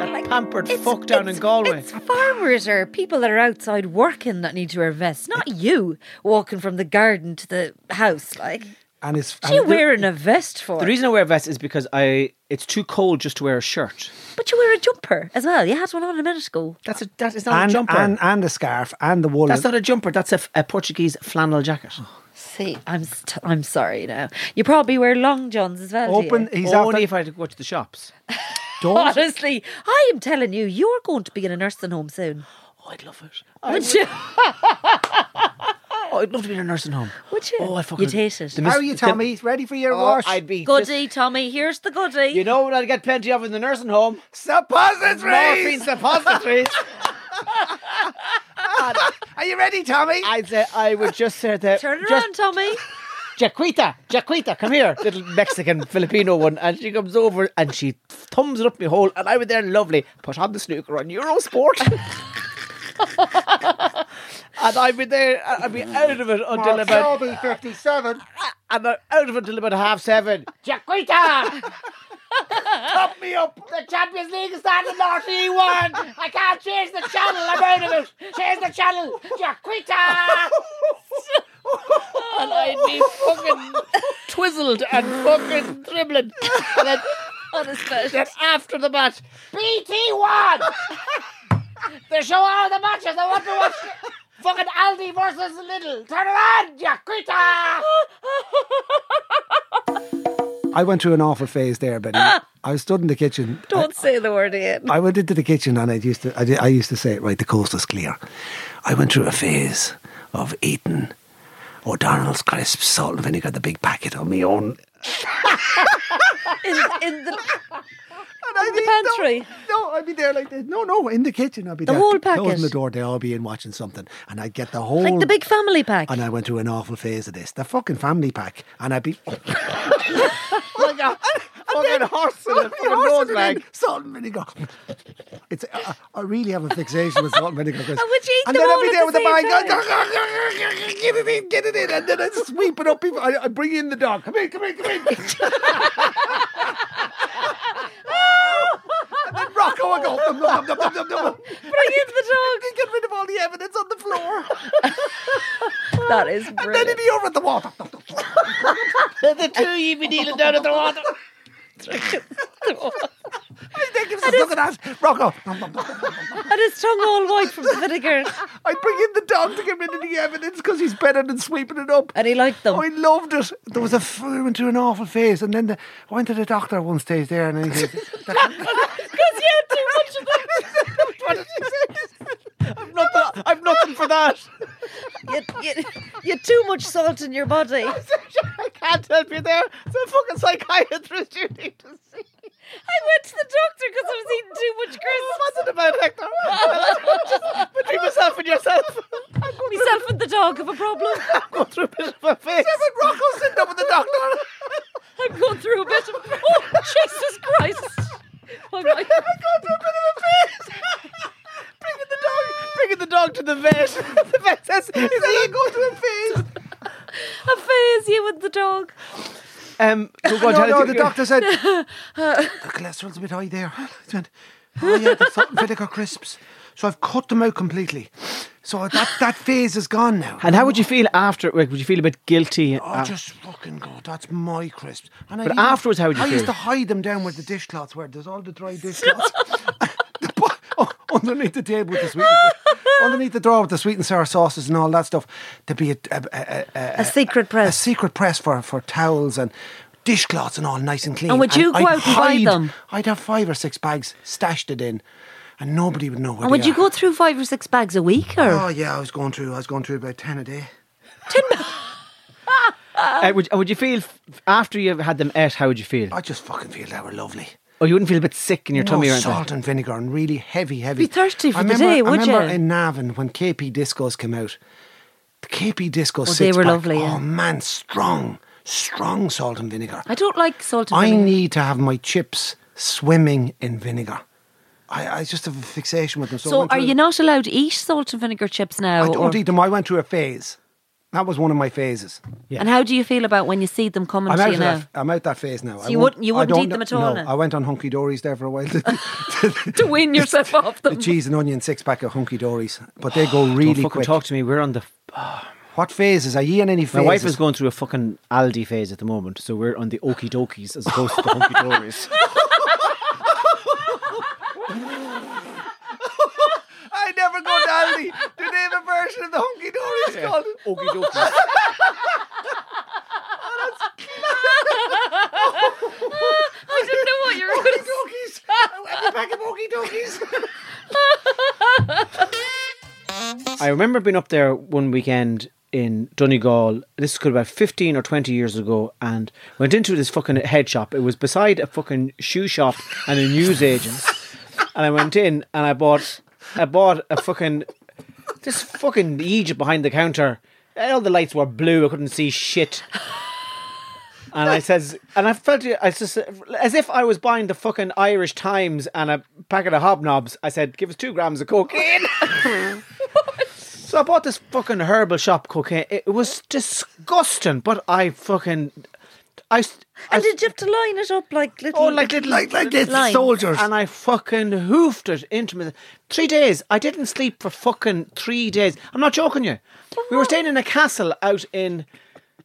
[SPEAKER 2] that pampered fuck down in Galway.
[SPEAKER 4] It's farmers or people that are outside working that need to wear vests, not you walking from the garden to the house. Like,
[SPEAKER 3] and it's
[SPEAKER 4] what are you wearing a vest for?
[SPEAKER 2] The reason I wear vests is because I it's too cold just to wear a shirt.
[SPEAKER 4] but you wear a jumper as well. You had one on a minute ago.
[SPEAKER 2] That's a that is not
[SPEAKER 3] and,
[SPEAKER 2] a jumper.
[SPEAKER 3] and and the scarf and the wool.
[SPEAKER 2] that's not a jumper. That's a, f- a Portuguese flannel jacket.
[SPEAKER 4] See, I'm st- I'm sorry now. You probably wear long johns as well. do you?
[SPEAKER 3] open. He's
[SPEAKER 2] Only
[SPEAKER 3] after.
[SPEAKER 2] if I had to go to the shops.
[SPEAKER 3] don't
[SPEAKER 4] Honestly, I am telling you, you're going to be in a nursing home soon.
[SPEAKER 2] Oh, I'd love it.
[SPEAKER 4] Would you?
[SPEAKER 2] Oh, I'd love to be in a nursing home.
[SPEAKER 4] Would you?
[SPEAKER 2] Oh, I fucking
[SPEAKER 4] You'd hate it.
[SPEAKER 2] The
[SPEAKER 3] How
[SPEAKER 2] mis-
[SPEAKER 3] are you, Tommy? Ready for your
[SPEAKER 2] Oh,
[SPEAKER 3] wash?
[SPEAKER 2] I'd be just-
[SPEAKER 4] Goody, Tommy. Here's the goody.
[SPEAKER 2] You know what I'd get plenty of in the nursing home? Morphine
[SPEAKER 3] Suppositories.
[SPEAKER 2] suppositories.
[SPEAKER 3] Are you ready, Tommy?
[SPEAKER 2] I'd say I would just say that.
[SPEAKER 4] Turn around,
[SPEAKER 2] just,
[SPEAKER 4] Tommy.
[SPEAKER 2] Jaquita, Jaquita, come here, little Mexican Filipino one, and she comes over and she thumbs it up my hole, and I was there, lovely. Put on the snooker on Eurosport. And I'd be there, and I'd be out of it until about,
[SPEAKER 3] Shelby 57.
[SPEAKER 2] and I'm out of it until about half seven. Jaquita, top me up. The Champions League is starting in North E one. I can't change the channel. I'm out of it. Change the channel, Jaquita. and I'd be fucking twizzled and fucking dribbling. And then, then after the match, BT won! they show all the matches. I want to watch fucking Aldi versus Lidl. Turn around, Jaquita!
[SPEAKER 3] I went through an awful phase there, Benny.
[SPEAKER 4] Ah!
[SPEAKER 3] I was stood in the kitchen.
[SPEAKER 4] Don't say the word again.
[SPEAKER 3] I went into the kitchen and I used to I, did, I used to say, right, the coast is clear.
[SPEAKER 6] I went through a phase of eating O'Donnell's crisps, salt and vinegar, the big packet on my own.
[SPEAKER 4] In, in the,
[SPEAKER 3] And I'd
[SPEAKER 4] the
[SPEAKER 3] be-
[SPEAKER 4] pantry.
[SPEAKER 3] No, no, I'd be there like this. No, no, in the kitchen. I'd be
[SPEAKER 4] The
[SPEAKER 3] there,
[SPEAKER 4] whole packet.
[SPEAKER 3] closing the door. They'd all be in watching something, and I'd get the whole.
[SPEAKER 4] like the big family pack.
[SPEAKER 3] and I went through an awful phase of this. The fucking family pack, and I'd be
[SPEAKER 4] Oh
[SPEAKER 2] Like a fucking horse in a fucking nose bag.
[SPEAKER 3] salt and vinegar. It's I, I really have a fixation with salt and vinegar. Chris.
[SPEAKER 4] And would you eat
[SPEAKER 3] and
[SPEAKER 4] them
[SPEAKER 3] then
[SPEAKER 4] all
[SPEAKER 3] I'd be
[SPEAKER 4] at
[SPEAKER 3] there
[SPEAKER 4] the
[SPEAKER 3] with a
[SPEAKER 4] same
[SPEAKER 3] bag. going,
[SPEAKER 4] time?
[SPEAKER 3] Get it in, get it in, and then I sweep it up. People, I, I bring in the dog. Come here, come here, come here. and then Rocco, I go. Nom, nom, nom, nom, nom, nom.
[SPEAKER 4] Bring in the
[SPEAKER 3] Get rid of all the evidence on the floor.
[SPEAKER 4] dog. That is
[SPEAKER 3] And then he'd
[SPEAKER 4] brilliant.
[SPEAKER 3] be over at the water.
[SPEAKER 2] The two of you be kneeling down at the water.
[SPEAKER 3] That gives us a look at that. Rocco. Nom, nom, nom.
[SPEAKER 4] And his tongue all white from the vinegar.
[SPEAKER 3] I'd bring in the dog to get rid of the evidence because he's better than sweeping it up.
[SPEAKER 4] And he liked them.
[SPEAKER 3] Oh, I loved it. There was a f- I went through an awful phase, and then the, I went to the doctor one stage there, and he said,
[SPEAKER 4] Because you had too much of them.
[SPEAKER 2] I've nothing, I've nothing for that.
[SPEAKER 4] You, you, you had too much salt in your body.
[SPEAKER 2] I can't help you there. It's a fucking psychiatrist you need to see.
[SPEAKER 4] I went to the doctor because I was eating too much crisps.
[SPEAKER 2] What about Hector? Just Between myself and yourself, I'm going
[SPEAKER 4] Myself and the dog have a problem.
[SPEAKER 2] go through a bit of a phase.
[SPEAKER 3] Rocco's sitting up with the doctor.
[SPEAKER 4] I'm going through a bit of. Oh, Jesus Christ! I'm like,
[SPEAKER 2] Bringing the dog, bringing the dog to the vet. the vet says, "Is he going to a phase?"
[SPEAKER 4] a phase you with the dog.
[SPEAKER 2] Um, no,
[SPEAKER 3] Oh, No, no, the doctor said, the cholesterol's a bit high there. I went, oh, yeah, the salt and vinegar crisps. So I've cut them out completely. So that, that phase is gone now.
[SPEAKER 2] And how would you feel after? Like, would you feel a bit guilty?
[SPEAKER 4] Ah.
[SPEAKER 2] Uh,
[SPEAKER 3] Oh, just fucking God, that's my crisps. And
[SPEAKER 2] But
[SPEAKER 3] I used-
[SPEAKER 2] afterwards, how would you
[SPEAKER 3] I used
[SPEAKER 2] feel?
[SPEAKER 3] to hide them down with the dishcloths where there's all the dry dishcloths. The bo- oh, underneath the table with the sweet. underneath the door with the sweet and sour sauces and all that stuff, there'd be a, a, a, a,
[SPEAKER 4] A secret
[SPEAKER 3] a
[SPEAKER 4] press.
[SPEAKER 3] secret press for, for towels and dishcloths and all nice and clean.
[SPEAKER 4] And would you go out and buy them?
[SPEAKER 3] I'd have five or six bags stashed it in, and nobody would know where.
[SPEAKER 4] And
[SPEAKER 3] they
[SPEAKER 4] would you
[SPEAKER 3] are.
[SPEAKER 4] go through five or six bags a week or?
[SPEAKER 3] Oh yeah, I was going through. I was going through about ten a day.
[SPEAKER 2] Uh, would, uh, would you feel f- after you've had them out? How would you feel?
[SPEAKER 3] I just fucking feel they were lovely.
[SPEAKER 2] Oh, you wouldn't feel a bit sick in your tummy
[SPEAKER 3] no
[SPEAKER 2] or anything.
[SPEAKER 3] salt and vinegar and really heavy, heavy.
[SPEAKER 4] Be thirsty for
[SPEAKER 3] I
[SPEAKER 4] the
[SPEAKER 3] remember,
[SPEAKER 4] day,
[SPEAKER 3] I
[SPEAKER 4] would
[SPEAKER 3] remember
[SPEAKER 4] you?
[SPEAKER 3] in Navan when KP Discos came out, the KP Disco
[SPEAKER 4] they
[SPEAKER 3] six
[SPEAKER 4] were
[SPEAKER 3] pack,
[SPEAKER 4] lovely,
[SPEAKER 3] Oh
[SPEAKER 4] yeah.
[SPEAKER 3] man, strong, strong salt and vinegar.
[SPEAKER 4] I don't like salt and
[SPEAKER 3] I
[SPEAKER 4] vinegar.
[SPEAKER 3] need to have my chips swimming in vinegar. I, I just have a fixation with them. So, I
[SPEAKER 4] So
[SPEAKER 3] went
[SPEAKER 4] are
[SPEAKER 3] through-
[SPEAKER 4] you not allowed to eat salt and vinegar chips now?
[SPEAKER 3] I don't
[SPEAKER 4] or-
[SPEAKER 3] eat them. I went through a phase. That was one of my phases.
[SPEAKER 4] And how do you feel about when you see them coming
[SPEAKER 3] I'm
[SPEAKER 4] to
[SPEAKER 3] out,
[SPEAKER 4] you
[SPEAKER 3] of
[SPEAKER 4] now?
[SPEAKER 3] that, I'm out that phase now. I
[SPEAKER 4] you
[SPEAKER 3] won't-
[SPEAKER 4] wouldn't- you
[SPEAKER 3] I
[SPEAKER 4] wouldn't
[SPEAKER 3] don't
[SPEAKER 4] eat them
[SPEAKER 3] kn-
[SPEAKER 4] at all
[SPEAKER 3] No,
[SPEAKER 4] now?
[SPEAKER 3] I went on hunky dories there for a while.
[SPEAKER 4] to wean yourself off
[SPEAKER 3] The
[SPEAKER 4] them.
[SPEAKER 3] cheese and onion six pack of hunky dories, but they go really
[SPEAKER 2] Don't fucking
[SPEAKER 3] quick.
[SPEAKER 2] talk to me. We're on the.
[SPEAKER 3] What phases are you in any phases?
[SPEAKER 2] My wife is going through a fucking Aldi phase at the moment, so we're on the okie dokies as opposed to the hunky dories.
[SPEAKER 3] I never go to Aldi. Do they have a version of the hunky dories called?
[SPEAKER 2] okie dokies.
[SPEAKER 3] Oh,
[SPEAKER 4] I didn't know what you were going to
[SPEAKER 3] Dokies. A pack of okey dokies.
[SPEAKER 2] I remember being up there one weekend in Donegal. This could about fifteen or twenty years ago, and went into this fucking head shop. It was beside a fucking shoe shop and a newsagent. and I went in and I bought, I bought a fucking this fucking Egypt behind the counter. And All the lights were blue. I couldn't see shit. And I says, and I felt it- I just as if I was buying the fucking Irish Times and a packet of hobnobs. I said, "Give us two grams of cocaine." So I bought this fucking herbal shop cocaine. It was disgusting, but I fucking, I, s- I
[SPEAKER 4] And did you have to line it up like little?
[SPEAKER 2] oh like little
[SPEAKER 3] like like this
[SPEAKER 4] Lines.
[SPEAKER 3] soldiers.
[SPEAKER 2] and I fucking hoofed it into me. Three days. I didn't sleep for fucking three days. I'm not joking you. We were staying in a castle out in.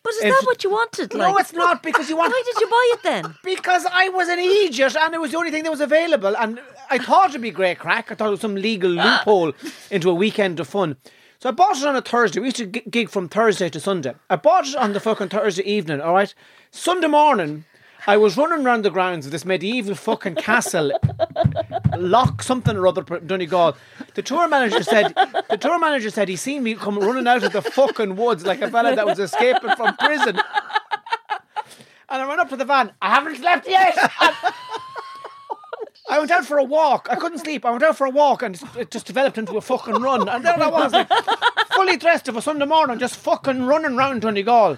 [SPEAKER 4] But is
[SPEAKER 2] and-
[SPEAKER 4] that what you wanted? Like,
[SPEAKER 2] no, it's not because you want.
[SPEAKER 4] Why did you buy it then?
[SPEAKER 2] Because I was an Egypt and it was the only thing that was available, and I thought it'd be great crack. I thought it was some legal loophole into a weekend of fun. So I bought it on a Thursday. We used to gi- gig from Thursday to Sunday. I bought it on the fucking Thursday evening, all right? Sunday morning, I was running around the grounds of this medieval fucking castle, lock something or other, Donegal. The tour manager said, the tour manager said he seen me come running out of the fucking woods like a fella that was escaping from prison. And I ran up to the van. I haven't slept yet. I went out for a walk. I couldn't sleep. I went out for a walk and it just developed into a fucking run. And there I was, like, fully dressed of a Sunday morning, just fucking running round Donegal.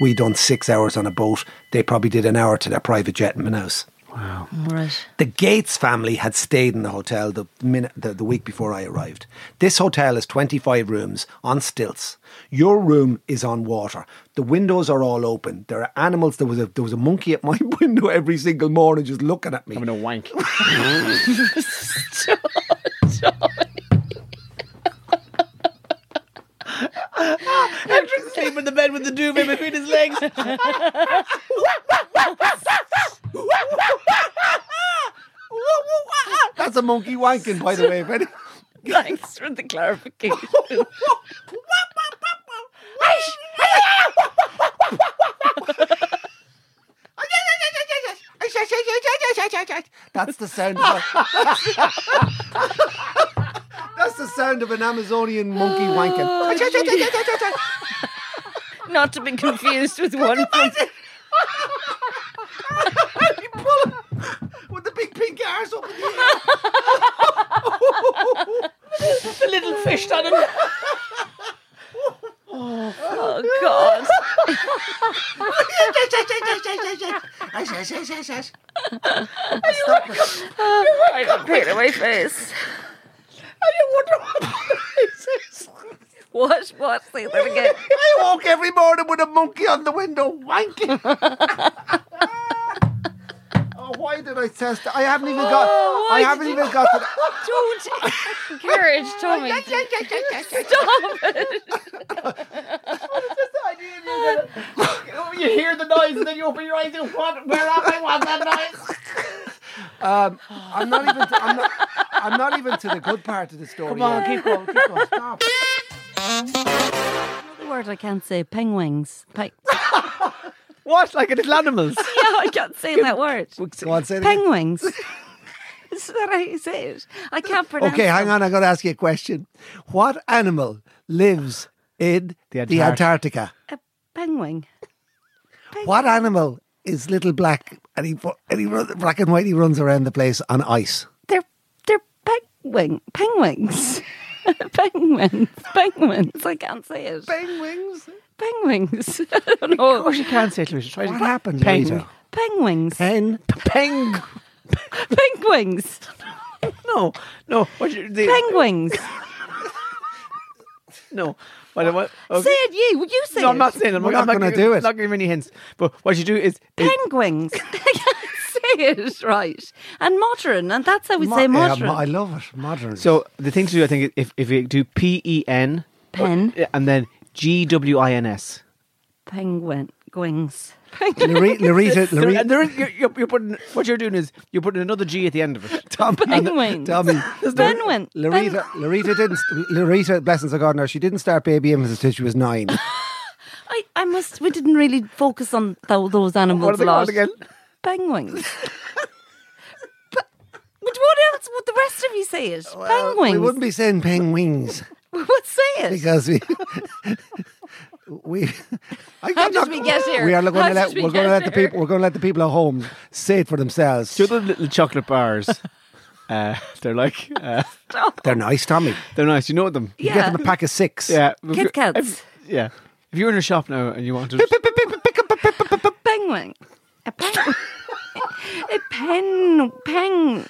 [SPEAKER 3] We done six hours on a boat. They probably did an hour to their private jet in Manaus. Wow.
[SPEAKER 4] Right.
[SPEAKER 5] The Gates family had stayed in the hotel the, minute, the, the week before I arrived. This hotel has 25 rooms on stilts. Your room is on water. The windows are all open. There are animals. There was a, there was a monkey at my window every single morning just looking at me.
[SPEAKER 2] Having a wank.
[SPEAKER 7] Hector's asleep in the bed with the duvet between his legs.
[SPEAKER 3] That's a monkey wanking, by the way. If any-
[SPEAKER 4] Thanks for the clarification.
[SPEAKER 3] That's the sound. Of a, that's the sound of an Amazonian monkey wanking.
[SPEAKER 4] Not to be confused with one from
[SPEAKER 3] With the big pink arse up in the
[SPEAKER 7] the little fish on him.
[SPEAKER 4] Oh God!
[SPEAKER 8] Ah,
[SPEAKER 4] I got pain in my face. What? What? Say that again.
[SPEAKER 3] I walk every morning with a monkey on the window wanking. oh, why did I test? I haven't even got.
[SPEAKER 4] Oh, why
[SPEAKER 3] I haven't
[SPEAKER 4] did
[SPEAKER 3] even got to. the-
[SPEAKER 4] Don't encourage Tommy. Stop it!
[SPEAKER 7] You hear the noise and then you open your eyes and what? Where am I? What's that noise?
[SPEAKER 3] Um, I'm not even. To, I'm, not, I'm not even to the good part of the story. Come on, keep going, keep going. Stop.
[SPEAKER 4] The word I can't say. Penguins. Pe-
[SPEAKER 2] what? Like a little animals?
[SPEAKER 4] yeah, I can't say that word.
[SPEAKER 3] Go on, say it again.
[SPEAKER 4] Penguins. Is that how you say it? I can't pronounce.
[SPEAKER 3] Okay, hang
[SPEAKER 4] them.
[SPEAKER 3] on. I got to ask you a question. What animal lives in the,
[SPEAKER 2] The
[SPEAKER 3] Antarctica?
[SPEAKER 4] Penguin.
[SPEAKER 3] What animal is little black and he, fu- and he run- black and white? He runs around the place on ice.
[SPEAKER 4] They're they're penguin penguins. penguins. Penguins. I can't say it.
[SPEAKER 3] Penguins.
[SPEAKER 4] Penguins. I don't know.
[SPEAKER 2] you can't say it, Louisa. Try
[SPEAKER 3] What happened,
[SPEAKER 2] Peng.
[SPEAKER 3] Louisa?
[SPEAKER 4] Penguins.
[SPEAKER 3] Pen.
[SPEAKER 2] Peng.
[SPEAKER 4] Penguins.
[SPEAKER 2] No, no. What you, the,
[SPEAKER 4] Penguins.
[SPEAKER 2] No. What, what, okay.
[SPEAKER 4] Say it, you. Would you say
[SPEAKER 2] no,
[SPEAKER 4] it?
[SPEAKER 2] I'm not saying it. oh, I'm
[SPEAKER 3] We're not gonna
[SPEAKER 2] giving-
[SPEAKER 3] do it.
[SPEAKER 2] not giving any hints. But what you do is. is-
[SPEAKER 4] Penguins. I can't say it right. And modern. And that's how we
[SPEAKER 3] Mo-
[SPEAKER 4] say
[SPEAKER 3] yeah, mo-
[SPEAKER 4] modern.
[SPEAKER 3] I love it. Modern.
[SPEAKER 2] so the thing to do, I think, if, if you do P E N
[SPEAKER 4] Pen.
[SPEAKER 2] and then G W I N S.
[SPEAKER 4] Penguin. Gwings.
[SPEAKER 3] Lore- Loretta,
[SPEAKER 2] There,
[SPEAKER 3] Loretta,
[SPEAKER 2] and there is, you're, you're, you're putting what you're doing is you're putting another G at the end of it.
[SPEAKER 3] Tom,
[SPEAKER 4] Penguins.
[SPEAKER 3] Tommy,
[SPEAKER 4] Penguin.
[SPEAKER 3] Loretta, Loretta didn't. Loretta, blessings of God, now she didn't start baby infants until she was nine.
[SPEAKER 4] I, I must. We didn't really focus on th- those animals
[SPEAKER 2] What are they
[SPEAKER 4] a lot.
[SPEAKER 2] called again?
[SPEAKER 4] Penguins. But- but what else would the rest of you say it? Penguins.
[SPEAKER 3] We wouldn't be saying penguins
[SPEAKER 4] We would say it.
[SPEAKER 3] because we. We, I
[SPEAKER 4] How did we get here?
[SPEAKER 3] We are going
[SPEAKER 4] How
[SPEAKER 3] to
[SPEAKER 4] did
[SPEAKER 3] let
[SPEAKER 4] we
[SPEAKER 3] we are going to
[SPEAKER 4] get
[SPEAKER 3] let the
[SPEAKER 4] here?
[SPEAKER 3] people we're going to let the people at home say it for themselves.
[SPEAKER 2] Two other little chocolate bars. uh, they're like uh,
[SPEAKER 3] They're nice, Tommy.
[SPEAKER 2] they're nice. You know them.
[SPEAKER 3] You get them a pack of six.
[SPEAKER 2] Yeah.
[SPEAKER 4] Kit Kats.
[SPEAKER 2] If- yeah. If you're in a shop now and you want to,
[SPEAKER 4] a penguin. A penguin. a pen. Peng.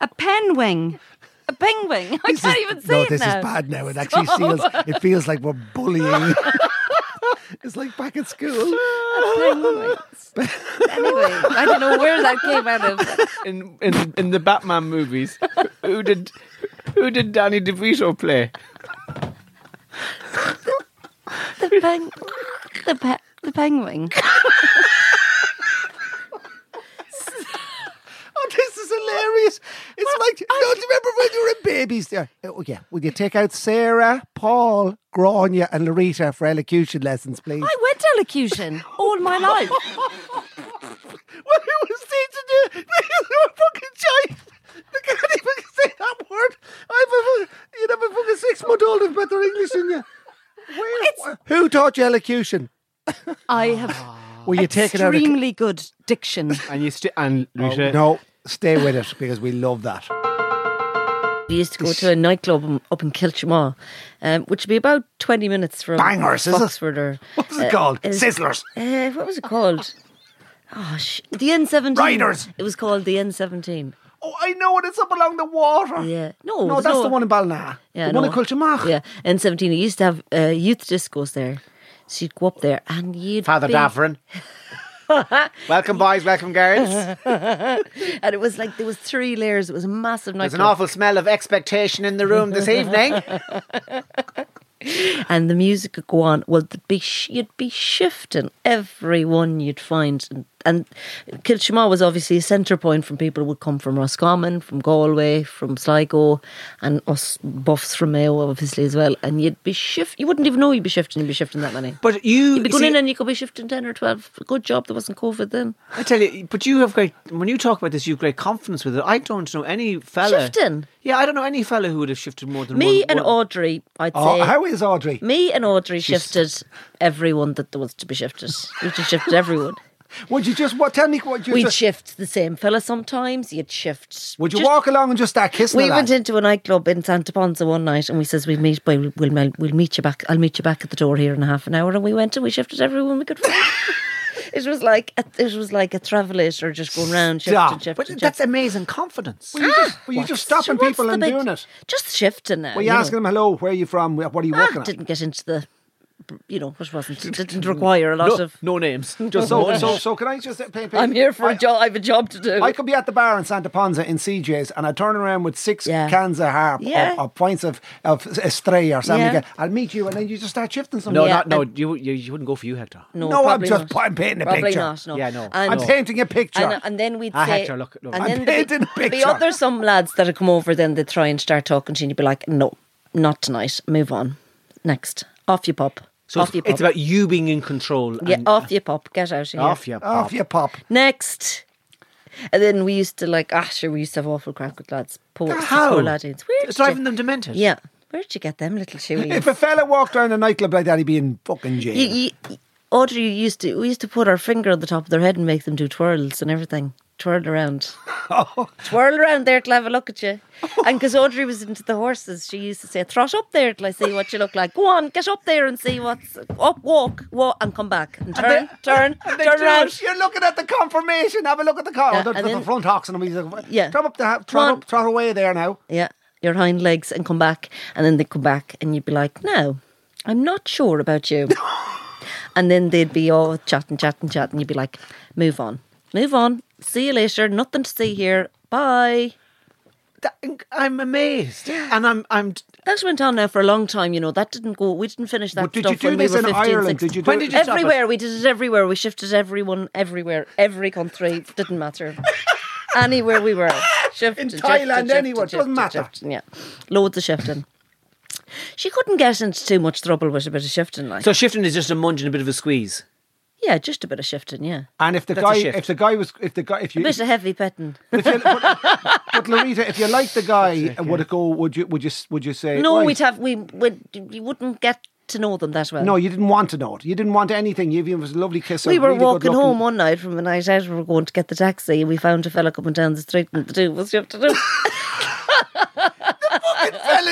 [SPEAKER 4] A penguin. A penguin. I
[SPEAKER 3] This
[SPEAKER 4] can't
[SPEAKER 3] is-
[SPEAKER 4] even say
[SPEAKER 3] no,
[SPEAKER 4] it
[SPEAKER 3] this
[SPEAKER 4] now.
[SPEAKER 3] is bad now. It actually feels it feels like we're bullying. it's like back at school.
[SPEAKER 4] Penguins. anyway, I don't know where that came out of.
[SPEAKER 2] in, in in the Batman movies, who did who did Danny DeVito play?
[SPEAKER 4] The peng. The pe- The penguin.
[SPEAKER 3] Oh, this is hilarious. It's like, don't you remember when you were in babies? There. Oh, yeah. Will you take out Sarah, Paul, Grania, and Loretta for elocution lessons, please?
[SPEAKER 4] I went to elocution all my life.
[SPEAKER 3] Well, it was teaching you. You're a fucking child. They can't even say that word. I've a, you'd have a fucking six month old with better English than you. Where- who taught you elocution?
[SPEAKER 4] I have
[SPEAKER 3] Were you taking out a.
[SPEAKER 4] extremely good diction.
[SPEAKER 2] And you st- and
[SPEAKER 3] Oh,
[SPEAKER 2] Lucia,
[SPEAKER 3] no, stay with it because we love that.
[SPEAKER 4] We used to go to a nightclub um, up in Kilchamaw, um, which would be about 20 minutes from
[SPEAKER 3] Bangers, is it?
[SPEAKER 4] Foxford or. uh,
[SPEAKER 3] What's it called?
[SPEAKER 4] is-
[SPEAKER 3] Sizzlers.
[SPEAKER 4] Uh, what was it called? Oh, sh- the N17.
[SPEAKER 3] Riders.
[SPEAKER 4] It was called the N17.
[SPEAKER 3] Oh, I know it. It's up along the water.
[SPEAKER 4] Yeah. No,
[SPEAKER 3] No,
[SPEAKER 4] there's
[SPEAKER 3] that's the one in Balna.
[SPEAKER 4] Yeah,
[SPEAKER 3] the one in
[SPEAKER 4] no.
[SPEAKER 3] Culturemach.
[SPEAKER 4] Yeah, N17. I used to have uh, youth discos there. So you'd go up there and you'd.
[SPEAKER 2] Father
[SPEAKER 4] be-
[SPEAKER 2] Davern. welcome, boys. Welcome, girls.
[SPEAKER 4] And it was like there was three layers. It was a massive
[SPEAKER 2] There's
[SPEAKER 4] nightclub.
[SPEAKER 2] an awful smell of expectation in the room this evening.
[SPEAKER 4] and the music would go on. Well, there'd be sh- you'd be shifting everyone you'd find, and, and Kilshima was obviously a centre point from people who would come from Roscommon, from Galway, from Sligo, and us buffs from Mayo, obviously as well. And you'd be shift. You wouldn't even know you'd be shifting. You'd be shifting that many.
[SPEAKER 2] But you,
[SPEAKER 4] You'd be
[SPEAKER 2] you
[SPEAKER 4] going
[SPEAKER 2] see,
[SPEAKER 4] in and you could be shifting ten or twelve. Good job there wasn't COVID then.
[SPEAKER 2] I tell you, but you have great. When you talk about this, you have great confidence with it. I don't know any fella.
[SPEAKER 4] Shifting.
[SPEAKER 2] Yeah, I don't know any fella who would have shifted more than
[SPEAKER 4] Me
[SPEAKER 2] one-
[SPEAKER 4] and
[SPEAKER 2] one-
[SPEAKER 4] Audrey, I'd
[SPEAKER 3] Oh,
[SPEAKER 4] say.
[SPEAKER 3] how is Audrey?
[SPEAKER 4] me and Audrey shifted everyone that there was to be shifted. We just shifted everyone.
[SPEAKER 3] Would you just what? Tell me what you
[SPEAKER 4] We'd
[SPEAKER 3] just.
[SPEAKER 4] shift the same fella sometimes. You'd shift.
[SPEAKER 3] Would you
[SPEAKER 4] just-
[SPEAKER 3] walk along and just start kissing?
[SPEAKER 4] We
[SPEAKER 3] the
[SPEAKER 4] went
[SPEAKER 3] lad?
[SPEAKER 4] into a nightclub in Santa Ponsa one night, and we says we'll meet. By, we'll mel- we'll meet you back. I'll meet you back at the door here in half an hour. And we went and we shifted everyone we could find. it was like a, it was like a travelator just going round shifting,
[SPEAKER 3] Stop.
[SPEAKER 4] shifting,
[SPEAKER 2] But
[SPEAKER 4] shifting.
[SPEAKER 2] that's amazing confidence.
[SPEAKER 4] Ah,
[SPEAKER 3] Were you just, were you just stopping
[SPEAKER 4] What's
[SPEAKER 3] people
[SPEAKER 4] the
[SPEAKER 3] and
[SPEAKER 4] big-
[SPEAKER 3] doing it?
[SPEAKER 4] Just shifting now.
[SPEAKER 3] Were you
[SPEAKER 4] know.
[SPEAKER 3] asking them, hello, where are you from? What are you
[SPEAKER 4] Ah,
[SPEAKER 3] working on?
[SPEAKER 4] didn't get into the, you know, it wasn't didn't require a lot of.
[SPEAKER 2] no names.
[SPEAKER 3] Just so, so, so can I just pay, pay,
[SPEAKER 4] I'm here for a
[SPEAKER 3] I-
[SPEAKER 4] job. I have a job to do.
[SPEAKER 3] I could be at the bar in Santa Ponza in CJ's and I turn around with six
[SPEAKER 4] Yeah.
[SPEAKER 3] cans of harp
[SPEAKER 4] Yeah.
[SPEAKER 3] or, or pints of, of Estrella or something.
[SPEAKER 4] Yeah.
[SPEAKER 3] again. I'll meet you and then you just start shifting something.
[SPEAKER 2] No,
[SPEAKER 4] Yeah,
[SPEAKER 2] not, no.
[SPEAKER 4] and-
[SPEAKER 2] You, you you wouldn't go for you, Hector.
[SPEAKER 4] No,
[SPEAKER 3] No, I'm
[SPEAKER 4] probably
[SPEAKER 3] just-
[SPEAKER 4] not.
[SPEAKER 3] I'm painting a
[SPEAKER 4] probably
[SPEAKER 3] picture.
[SPEAKER 4] Not, no.
[SPEAKER 2] Yeah, no.
[SPEAKER 3] I'm painting a picture.
[SPEAKER 4] And, and then we'd
[SPEAKER 2] Ah,
[SPEAKER 4] say,
[SPEAKER 2] Hector, look, look.
[SPEAKER 4] and
[SPEAKER 2] I'm
[SPEAKER 4] then there'd be-
[SPEAKER 3] painting a
[SPEAKER 4] there'd be
[SPEAKER 3] picture.
[SPEAKER 4] other some lads that'd come over. Then they'd try and start talking to you, and you'd be like, "No, not tonight. Move on. Next, off you pop.
[SPEAKER 2] So
[SPEAKER 4] off
[SPEAKER 2] it's,
[SPEAKER 4] you pop.
[SPEAKER 2] it's about you being in control.
[SPEAKER 4] yeah, Oh.
[SPEAKER 2] and
[SPEAKER 4] off you pop. Get out of here.
[SPEAKER 2] off you.
[SPEAKER 3] Off
[SPEAKER 2] pop.
[SPEAKER 3] you pop.
[SPEAKER 4] Next." And then we used to like, ah, sure, we used to have awful crack with lads. Poor,
[SPEAKER 2] How?
[SPEAKER 4] poor laddies. Where
[SPEAKER 2] It's
[SPEAKER 4] did you-
[SPEAKER 2] driving them demented.
[SPEAKER 4] Yeah. Where'd you get them little shoeies?
[SPEAKER 3] If a fella walked around a nightclub like that, he'd be in fucking jail.
[SPEAKER 4] You, you, you- Audrey used to we used to put our finger on the top of their head and make them do twirls and everything. Twirl around. Twirl around there till I have a look at you. And because Audrey was into the horses, she used to say, Trot up there till I see what you look like. Go on, get up there and see what's up, walk, walk, and come back. And turn, turn,
[SPEAKER 3] And they
[SPEAKER 4] turn
[SPEAKER 3] do
[SPEAKER 4] around.
[SPEAKER 3] it. You're looking at the confirmation. Have a look at the car.
[SPEAKER 4] Yeah,
[SPEAKER 3] the,
[SPEAKER 4] and
[SPEAKER 3] the
[SPEAKER 4] then-
[SPEAKER 3] front hocks and he's like,
[SPEAKER 4] Yeah.
[SPEAKER 3] Trot up the ha-
[SPEAKER 4] Come
[SPEAKER 3] trot,
[SPEAKER 4] on.
[SPEAKER 3] up, trot away there now.
[SPEAKER 4] Yeah, your hind legs and come back. And then they come back and you'd be like, no, I'm not sure about you. and then they'd be all chatting, chatting, chatting. You'd be like, move on, move on. See you later. Nothing to see here. Bye.
[SPEAKER 2] That- I'm amazed, and I'm I'm.
[SPEAKER 4] That went on now for a long time, you know. That didn't go. We didn't finish that
[SPEAKER 3] But did
[SPEAKER 4] stuff
[SPEAKER 3] you do
[SPEAKER 4] when we
[SPEAKER 3] this
[SPEAKER 4] were
[SPEAKER 3] in
[SPEAKER 4] 15,
[SPEAKER 3] Ireland?
[SPEAKER 4] 16.
[SPEAKER 3] Did you do When
[SPEAKER 2] did you stop it?
[SPEAKER 4] everywhere. We did it everywhere. We shifted everyone everywhere. Every country didn't matter. Anywhere we were, shifted, shifted,
[SPEAKER 3] Thailand,
[SPEAKER 4] shifted,
[SPEAKER 3] anywhere,
[SPEAKER 4] shifted,
[SPEAKER 3] doesn't matter.
[SPEAKER 4] shifted, yeah, loads of shifting. She couldn't get into too much trouble with a bit of shifting, like
[SPEAKER 2] So shifting is just a munge and a bit of a squeeze.
[SPEAKER 4] yeah, just a bit of shifting, yeah,
[SPEAKER 3] And if the
[SPEAKER 2] That's a
[SPEAKER 3] guy,
[SPEAKER 2] shift.
[SPEAKER 3] if the guy was, if the guy, if
[SPEAKER 4] a
[SPEAKER 3] you,
[SPEAKER 4] bit of heavy petting.
[SPEAKER 3] If you, but, but Lorita, if you like the guy, would it go? Would you? Would you? s- Would you say?
[SPEAKER 4] No,
[SPEAKER 3] right,
[SPEAKER 4] we'd have we would you wouldn't get to know them that well.
[SPEAKER 3] No, you didn't want to know it. You didn't want anything. You even it was a lovely kiss. a
[SPEAKER 4] we were
[SPEAKER 3] really
[SPEAKER 4] walking
[SPEAKER 3] good-looking-
[SPEAKER 4] home one night from a night out. We were going to get the taxi, and we found a fella coming down the street, and the two of us have to do.
[SPEAKER 3] Fella's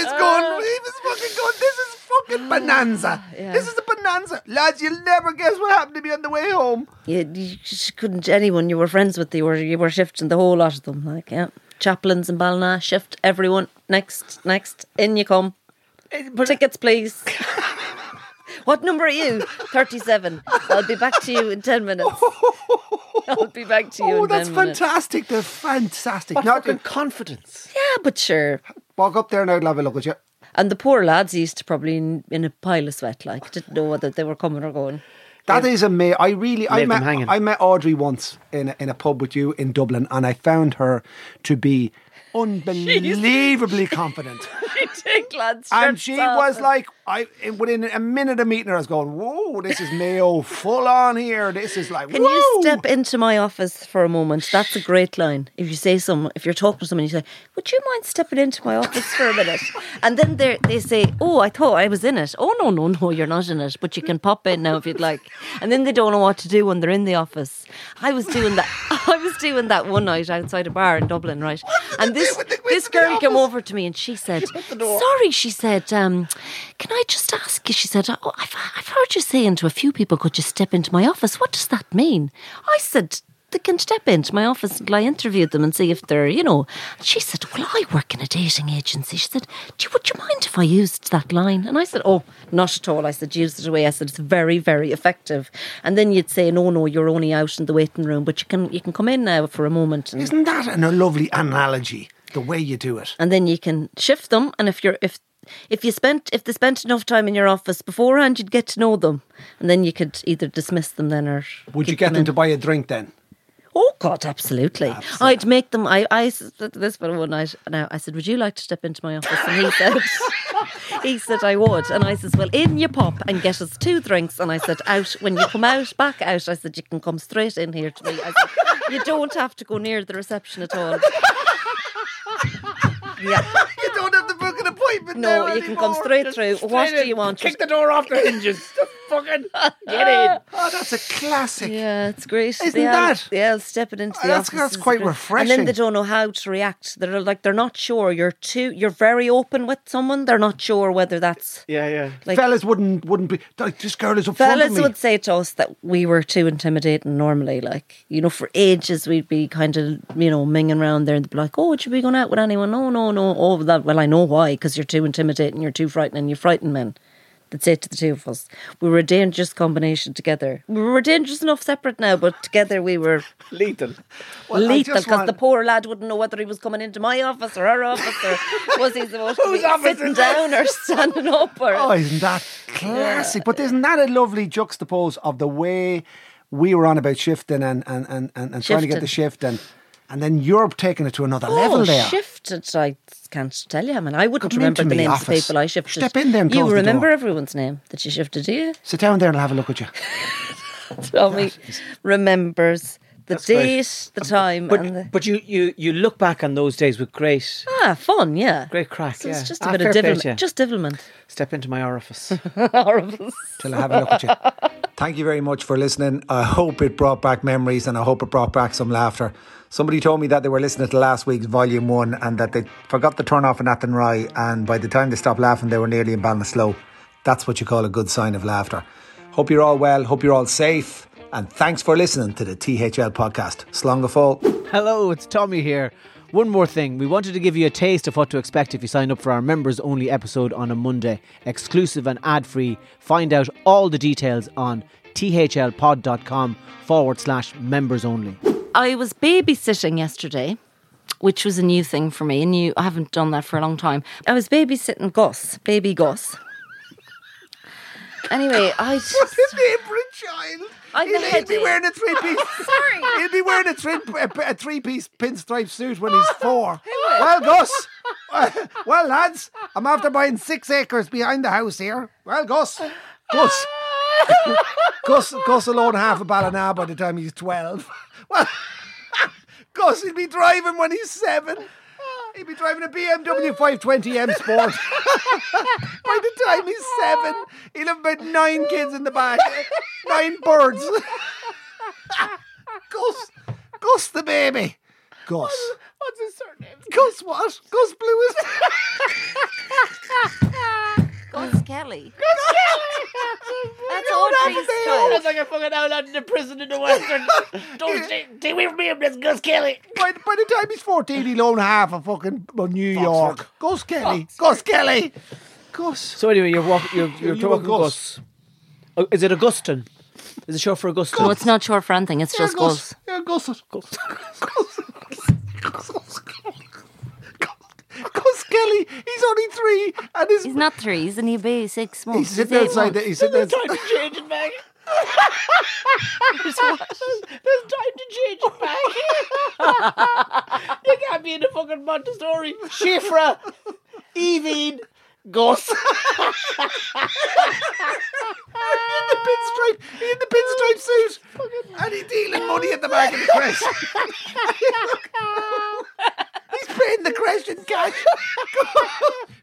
[SPEAKER 3] going. He was fucking going. This is fucking bonanza. This is a bonanza, lads. You'll never guess what happened to me on the way home.
[SPEAKER 4] you, you just couldn't anyone you were friends with. You were you were shifting the whole lot of them. Like yeah, chaplains and Ballina shift everyone. Next, next, in you come.
[SPEAKER 3] Eh, uh,
[SPEAKER 4] Tickets, please. what number are you? Thirty-seven. I'll be back to you in ten minutes. I'll be back to you.
[SPEAKER 3] Oh,
[SPEAKER 4] in
[SPEAKER 3] that's
[SPEAKER 4] 10 minutes.
[SPEAKER 3] fantastic. They're fantastic.
[SPEAKER 2] What
[SPEAKER 3] Now,
[SPEAKER 2] fucking confidence.
[SPEAKER 4] Yeah, but sure.
[SPEAKER 3] walk up there and I'll have a look at you.
[SPEAKER 4] And the poor lads used to probably in, in a pile of sweat, like didn't know whether they were coming or going.
[SPEAKER 3] That is amazing. I really, I
[SPEAKER 2] Leave them
[SPEAKER 3] met,
[SPEAKER 2] hanging.
[SPEAKER 3] I met Audrey once in a, in a pub with you in Dublin, and I found her to be unbelievably confident.
[SPEAKER 4] Take lads,
[SPEAKER 3] And
[SPEAKER 4] shirts
[SPEAKER 3] she
[SPEAKER 4] off
[SPEAKER 3] was
[SPEAKER 4] and-
[SPEAKER 3] like, I within a minute of meeting her, I was going, "Whoa, this is Mayo full on here. This is like,
[SPEAKER 4] Can
[SPEAKER 3] whoa."
[SPEAKER 4] you step into my office for a moment? That's a great line. If you say some, if you're talking to someone, you say, "Would you mind stepping into my office for a minute?" And then they they say, "Oh, I thought I was in it." Oh no, no, no, you're not in it, but you can pop in now if you'd like. And then they don't know what to do when they're in the office, I was doing that. I was doing that one night outside a bar in Dublin, right? And this this girl came over to me and she said, "Sorry," she said, um, "Can I just ask you?" She said, oh, I've, "I've heard you saying to a few people, could you step into my office? What does that mean?" I said. They can step into my office until I interview them and see if they're, you know. And she said, Well, I work in a dating agency. She said, Do you, Would you mind if I used that line? And I said, Oh, not at all. I said, Use it away. I said, It's very, very effective. And then you'd say, No, no, you're only out in the waiting room, but you can you can come in now for a moment. And,
[SPEAKER 5] Isn't that an, a lovely analogy? The way you do it.
[SPEAKER 4] and then you can shift them. And if you're, if, if you spent if they spent enough time in your office beforehand, you'd get to know them, and then you could either dismiss them then or
[SPEAKER 5] Would you
[SPEAKER 4] keep
[SPEAKER 5] get them
[SPEAKER 4] in.
[SPEAKER 5] to buy a drink then?
[SPEAKER 4] Oh God, absolutely. I'd make them. I, I s- this one one night. Now I said, "Would you like to step into my office?" And he said, "He said I would." And I says, "Well, in you pop and get us two drinks." And I said, "Out when you come out, back out." I said, "You can come straight in here to me." I said, "You don't have to go near the reception at all." Yeah,
[SPEAKER 3] You don't have to book an appointment.
[SPEAKER 4] no,
[SPEAKER 3] now
[SPEAKER 4] you can come
[SPEAKER 3] anymore.
[SPEAKER 4] straight through. What do you want?
[SPEAKER 2] Kick the door off the hinges. Just fucking get in.
[SPEAKER 3] Oh, that's a classic.
[SPEAKER 4] Yeah, it's great.
[SPEAKER 3] Isn't
[SPEAKER 4] They all-
[SPEAKER 3] that- Oh,
[SPEAKER 4] They all stepping into the
[SPEAKER 3] That's-
[SPEAKER 4] office
[SPEAKER 3] that's
[SPEAKER 4] is
[SPEAKER 3] quite
[SPEAKER 4] great. And then
[SPEAKER 3] refreshing.
[SPEAKER 4] they don't know how to react. They're like they're not sure. You're too. You're very open with someone. They're not sure whether that's.
[SPEAKER 2] Yeah, yeah.
[SPEAKER 4] Like-
[SPEAKER 5] Fellas wouldn't wouldn't be like this girl is up front
[SPEAKER 4] Fellas
[SPEAKER 5] of me.
[SPEAKER 4] would say to us that we were too intimidating normally. Like, you know, for ages we'd be kind of, you know, minging around there and they'd be like, oh, would you be going out with anyone? No, no, no. Oh, that, well, I know why, because you're too intimidating, you're too frightening, you frighten men. They'd say to the two of us. We were a dangerous combination together. We were dangerous enough separate now, but together we were
[SPEAKER 2] Lethal.
[SPEAKER 4] Well,
[SPEAKER 5] I
[SPEAKER 4] lethal
[SPEAKER 5] just
[SPEAKER 4] because
[SPEAKER 5] want-
[SPEAKER 4] the poor lad wouldn't know whether he was coming into my office or her office or was he supposed to be sitting down or standing up or
[SPEAKER 5] Oh, isn't that classic? But isn't that a lovely juxtapose of the way we were on about shifting and and, and, and, and trying to get the shift and and then you're taking it to another level
[SPEAKER 4] oh,
[SPEAKER 5] there.
[SPEAKER 4] shifted. I can't tell you. I mean, I wouldn't
[SPEAKER 5] Come
[SPEAKER 4] remember
[SPEAKER 5] into
[SPEAKER 4] the
[SPEAKER 5] me
[SPEAKER 4] names of
[SPEAKER 5] office.
[SPEAKER 4] people I shifted.
[SPEAKER 5] Step in there and
[SPEAKER 4] You
[SPEAKER 5] close the
[SPEAKER 4] remember
[SPEAKER 5] door.
[SPEAKER 4] everyone's name that you shifted, do you?
[SPEAKER 5] Sit down there and I'll have a look at you.
[SPEAKER 4] Tommy remembers the
[SPEAKER 5] great. Um,
[SPEAKER 4] date, the time, and the.
[SPEAKER 7] But, but you, you, you look back on those days with great,
[SPEAKER 4] Ah, fun, yeah.
[SPEAKER 7] great crack.
[SPEAKER 4] So
[SPEAKER 7] yeah.
[SPEAKER 4] it's just a
[SPEAKER 7] Ah,
[SPEAKER 4] bit of
[SPEAKER 7] fair play
[SPEAKER 4] divilment.
[SPEAKER 7] to you.
[SPEAKER 4] Just divilment.
[SPEAKER 7] step into my orifice.
[SPEAKER 4] Horrible.
[SPEAKER 5] Till I have a look at you. Thank you very much for listening. I hope it brought back memories and I hope it brought back some laughter. Somebody told me that they were listening to last week's volume one and that they forgot to turn off an Athen Rye, and by the time they stopped laughing, they were nearly in Ballinasloe. That's what you call a good sign of laughter. Hope you're all well. Hope you're all safe. And thanks for listening to the THL podcast. Slongafol.
[SPEAKER 7] Hello, it's Tommy here. One more thing, we wanted to give you a taste of what to expect if you sign up for our members only episode on a Monday, exclusive and ad free. Find out all the details on thlpod.com forward slash members only.
[SPEAKER 4] I was babysitting yesterday, which was a new thing for me. A new. I haven't done that for a long time. I was babysitting Gus, baby Gus. Anyway, I just.
[SPEAKER 3] His apron child.
[SPEAKER 4] I've
[SPEAKER 3] He'll,
[SPEAKER 4] a
[SPEAKER 3] he'll be
[SPEAKER 4] headache.
[SPEAKER 3] wearing a three piece. Sorry. He'll be wearing a three a, a three piece pinstripe suit when he's four. well, Gus. well, lads, I'm after buying six acres behind the house here. Well, Gus, Gus, Gus, Gus will own half a Ballina by the time he's twelve. Well, Gus, he'll be driving when he's seven. He'll be driving a BMW 520M Sport. By the time he's seven, he'll have about nine kids in the back, nine birds. Gus, Gus the baby. Gus. What's his surname? Gus what? Gus Blue is.
[SPEAKER 4] Gus Kelly. That's
[SPEAKER 3] Audrey's child.
[SPEAKER 7] like a fucking outlaw in the prison in the western. Don't take away from me, that's Gus Kelly.
[SPEAKER 3] by, by the time he's 14, he'll own half of fucking New York. Gus Kelly. Gus Kelly. Gus.
[SPEAKER 7] So anyway, you're walking. You're, you're,
[SPEAKER 3] You were
[SPEAKER 7] talking
[SPEAKER 3] Gus.
[SPEAKER 7] Gus. Oh, is it Augustine? Is it short for Augustine?
[SPEAKER 4] No, it's not short for anything. It's
[SPEAKER 3] Yeah,
[SPEAKER 4] just Gus.
[SPEAKER 3] Yeah, Gus. Gus. Gus. Gus. Gus. Gus. Gus Kelly. He's only three, and his
[SPEAKER 4] He's not three. He's in eBay six months.
[SPEAKER 3] He's sitting
[SPEAKER 4] eight
[SPEAKER 3] outside. The,
[SPEAKER 4] months.
[SPEAKER 3] he's sitting outside.
[SPEAKER 7] to change it back. There's time to change it back. you can't be in a fucking Montessori. Shifra, Evine, Gus.
[SPEAKER 3] the pinstripe. He in the pinstripe suit, and he dealing money at the back of the crash. he's paying the crash in cash.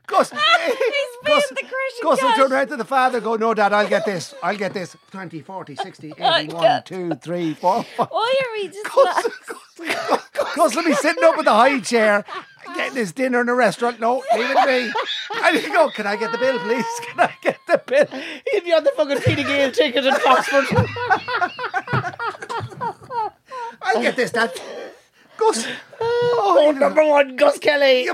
[SPEAKER 3] Gus, Gus, he's
[SPEAKER 4] paying the crash in
[SPEAKER 3] Gus will turn around to the father and go, No, Dad, I'll get this. I'll get this. 20, 40, 60, 80, 1, 2, 3, 4, 5.
[SPEAKER 4] Why are we just
[SPEAKER 3] Gus,
[SPEAKER 4] like-
[SPEAKER 3] Gus, Gus, Gus will be sitting up in the high chair, getting his dinner in a restaurant. No, leave it to me. And you go, Can I get the bill, please? Can I get the bill?
[SPEAKER 7] He'd be on the fucking Peter Gale ticket in Foxford.
[SPEAKER 3] I'll get this, Dad. Gus.
[SPEAKER 7] Oh, number one, Gus Kelly.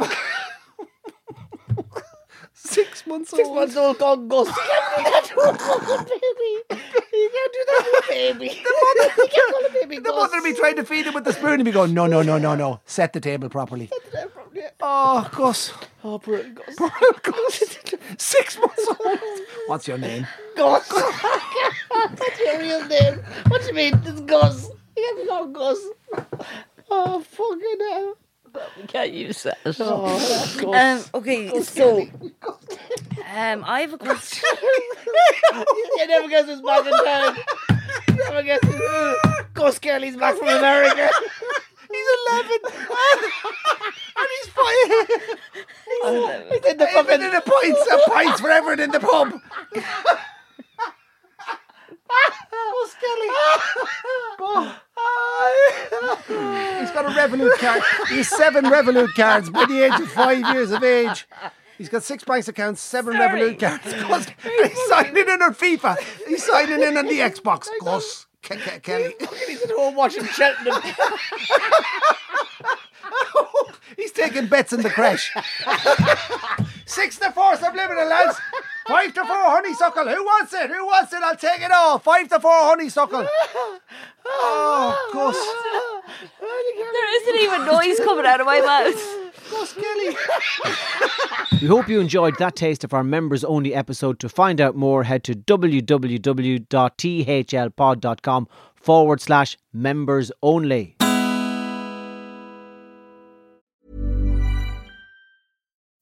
[SPEAKER 3] Six months
[SPEAKER 7] Six
[SPEAKER 3] old.
[SPEAKER 7] months old gone Gus. You can't do that to a fucking baby. You can't do that to a baby. The mother, you can't call a baby
[SPEAKER 3] The
[SPEAKER 7] Gus.
[SPEAKER 3] mother will be trying to feed him with the spoon and be going, No, no, no, no, no. Set the table properly. Oh, Gus.
[SPEAKER 7] Oh, poor Gus.
[SPEAKER 3] Gus. Six months old. What's your name?
[SPEAKER 7] Gus. What's your real name? What do you mean? It's Gus. You can't call him Gus. Oh, fucking hell.
[SPEAKER 4] We can't use that at all.
[SPEAKER 7] Oh, Gus.
[SPEAKER 4] Um, okay, so um, I have a question.
[SPEAKER 7] you never guess who's back in town. You never guess who's Gus Kelly's back from America.
[SPEAKER 3] He's 11. and he's fighting.
[SPEAKER 7] He's in the
[SPEAKER 3] Even
[SPEAKER 7] fucking
[SPEAKER 3] in the pints, a pints for everyone in the pub. He's got a Revolut card. He's seven Revolut cards by the age of five years of age. He's got six bank accounts, seven Revolut cards. Gus- He's signing in on FIFA. He's signing in on the Xbox. Gus Ke- Ke- Kelly.
[SPEAKER 7] He's at home watching Cheltenham.
[SPEAKER 3] He's taking bets in the crash. Six to four subliminal lads. Five to four honeysuckle. Who wants it? Who wants it? I'll take it all. Five to four honeysuckle. Oh, Gus.
[SPEAKER 4] there isn't even noise coming out of my mouth.
[SPEAKER 3] Gus Kelly.
[SPEAKER 9] We hope you enjoyed that taste of our members only episode. To find out more, head to www.thlpod.com forward slash members only.